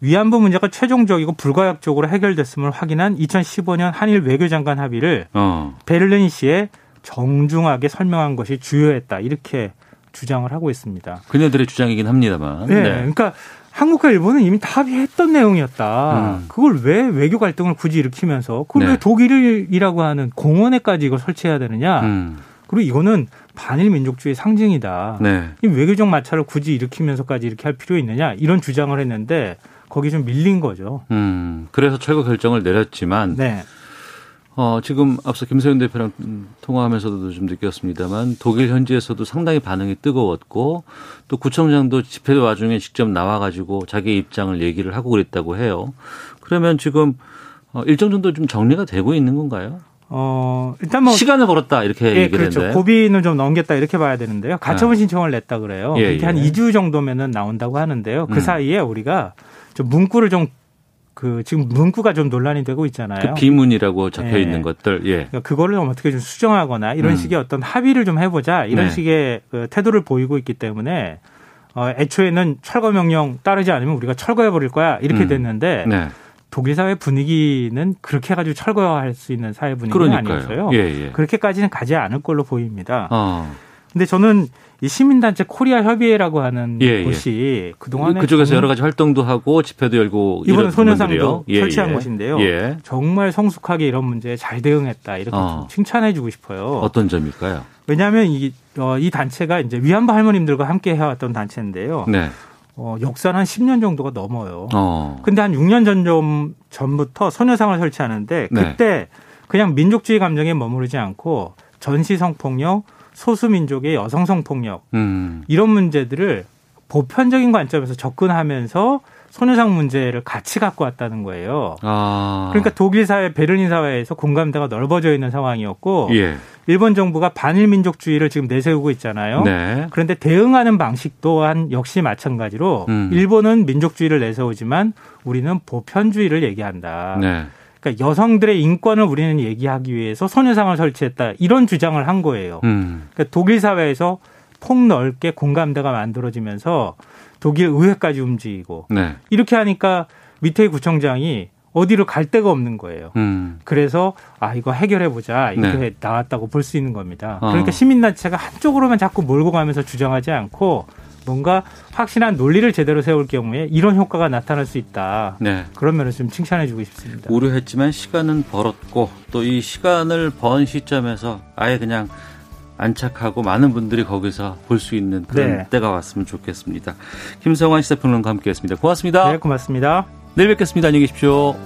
S12: 위안부 문제가 최종적이고 불가역적으로 해결됐음을 확인한 2015년 한일 외교장관 합의를
S2: 어.
S12: 베를린시에 정중하게 설명한 것이 주요했다 이렇게 주장을 하고 있습니다.
S2: 그녀들의 주장이긴 합니다만.
S12: 네. 그러니까 한국과 일본은 이미 다 합의했던 내용이었다.
S2: 음.
S12: 그걸 왜 외교 갈등을 굳이 일으키면서 그걸
S2: 네.
S12: 왜 독일이라고 하는 공원에까지 이걸 설치해야 되느냐.
S2: 음.
S12: 그리고 이거는 반일 민족주의 상징이다.
S2: 네.
S12: 이 외교적 마찰을 굳이 일으키면서까지 이렇게 할 필요 있느냐 이런 주장을 했는데 거기 좀 밀린 거죠.
S2: 음. 그래서 철거 결정을 내렸지만
S12: 네.
S2: 어, 지금 앞서 김세윤 대표랑 음, 통화하면서도 좀 느꼈습니다만 독일 현지에서도 상당히 반응이 뜨거웠고 또 구청장도 집회 와중에 직접 나와가지고 자기 입장을 얘기를 하고 그랬다고 해요. 그러면 지금 어, 일정 정도 좀 정리가 되고 있는 건가요?
S12: 어 일단 뭐
S2: 시간을 벌었다 이렇게
S12: 예,
S2: 얘기를
S12: 그렇죠.
S2: 했는데.
S12: 고비는 좀 넘겼다 이렇게 봐야 되는데요. 가처분
S2: 아.
S12: 신청을 냈다 그래요.
S2: 예,
S12: 이렇게 한
S2: 예.
S12: 2주 정도면은 나온다고 하는데요. 그
S2: 음.
S12: 사이에 우리가 좀 문구를 좀 그 지금 문구가 좀 논란이 되고 있잖아요.
S2: 그 비문이라고 적혀 있는 예. 것들. 예.
S12: 그러니까 그거를 좀 어떻게 좀 수정하거나 이런 음. 식의 어떤 합의를 좀 해보자 이런 네. 식의 그 태도를 보이고 있기 때문에 어, 애초에는 철거 명령 따르지 않으면 우리가 철거해 버릴 거야 이렇게 음. 됐는데 네. 독일 사회 분위기는 그렇게 해가지고 철거할 수 있는 사회 분위기는
S2: 그러니까요.
S12: 아니었어요.
S2: 예, 예.
S12: 그렇게까지는 가지 않을 걸로 보입니다. 어. 근데 저는 이 시민단체 코리아 협의회라고 하는 예, 곳이 그동안에
S2: 그쪽에서 여러 가지 활동도 하고 집회도 열고
S12: 뭐
S2: 예,
S12: 이번 소녀상도 설치한 곳인데요. 정말 성숙하게 이런 문제에 잘 대응했다 이렇게 예. 어. 칭찬해주고 싶어요.
S2: 어떤 점일까요?
S12: 왜냐하면 이, 어, 이 단체가 이제 위안부 할머님들과 함께 해왔던 단체인데요. 네. 어, 역사는 한 10년 정도가 넘어요. 어. 근데 한 6년 전 좀, 전부터 소녀상을 설치하는데 그때 네. 그냥 민족주의 감정에 머무르지 않고 전시 성폭력, 소수민족의 여성 성폭력 음. 이런 문제들을 보편적인 관점에서 접근하면서 소녀상 문제를 같이 갖고 왔다는 거예요. 아. 그러니까 독일 사회, 베를린 사회에서 공감대가 넓어져 있는 상황이었고 예. 일본 정부가 반일민족주의를 지금 내세우고 있잖아요. 네. 그런데 대응하는 방식 또한 역시 마찬가지로 음. 일본은 민족주의를 내세우지만 우리는 보편주의를 얘기한다. 네. 그러니까 여성들의 인권을 우리는 얘기하기 위해서 소녀상을 설치했다 이런 주장을 한 거예요. 음. 그러니까 독일 사회에서 폭넓게 공감대가 만들어지면서 독일 의회까지 움직이고 네. 이렇게 하니까 밑에 구청장이 어디로 갈 데가 없는 거예요. 음. 그래서 아 이거 해결해 보자 이렇게 네. 나왔다고 볼 수 있는 겁니다. 어. 그러니까 시민단체가 한쪽으로만 자꾸 몰고 가면서 주장하지 않고 뭔가 확실한 논리를 제대로 세울 경우에 이런 효과가 나타날 수 있다. 네. 그런 면을 좀 칭찬해주고 싶습니다.
S2: 우려했지만 시간은 벌었고 또 이 시간을 번 시점에서 아예 그냥 안착하고 많은 분들이 거기서 볼 수 있는 그런 네. 때가 왔으면 좋겠습니다. 김성환 시사평론가 함께했습니다. 고맙습니다.
S12: 네, 고맙습니다.
S2: 내일 뵙겠습니다. 안녕히 계십시오.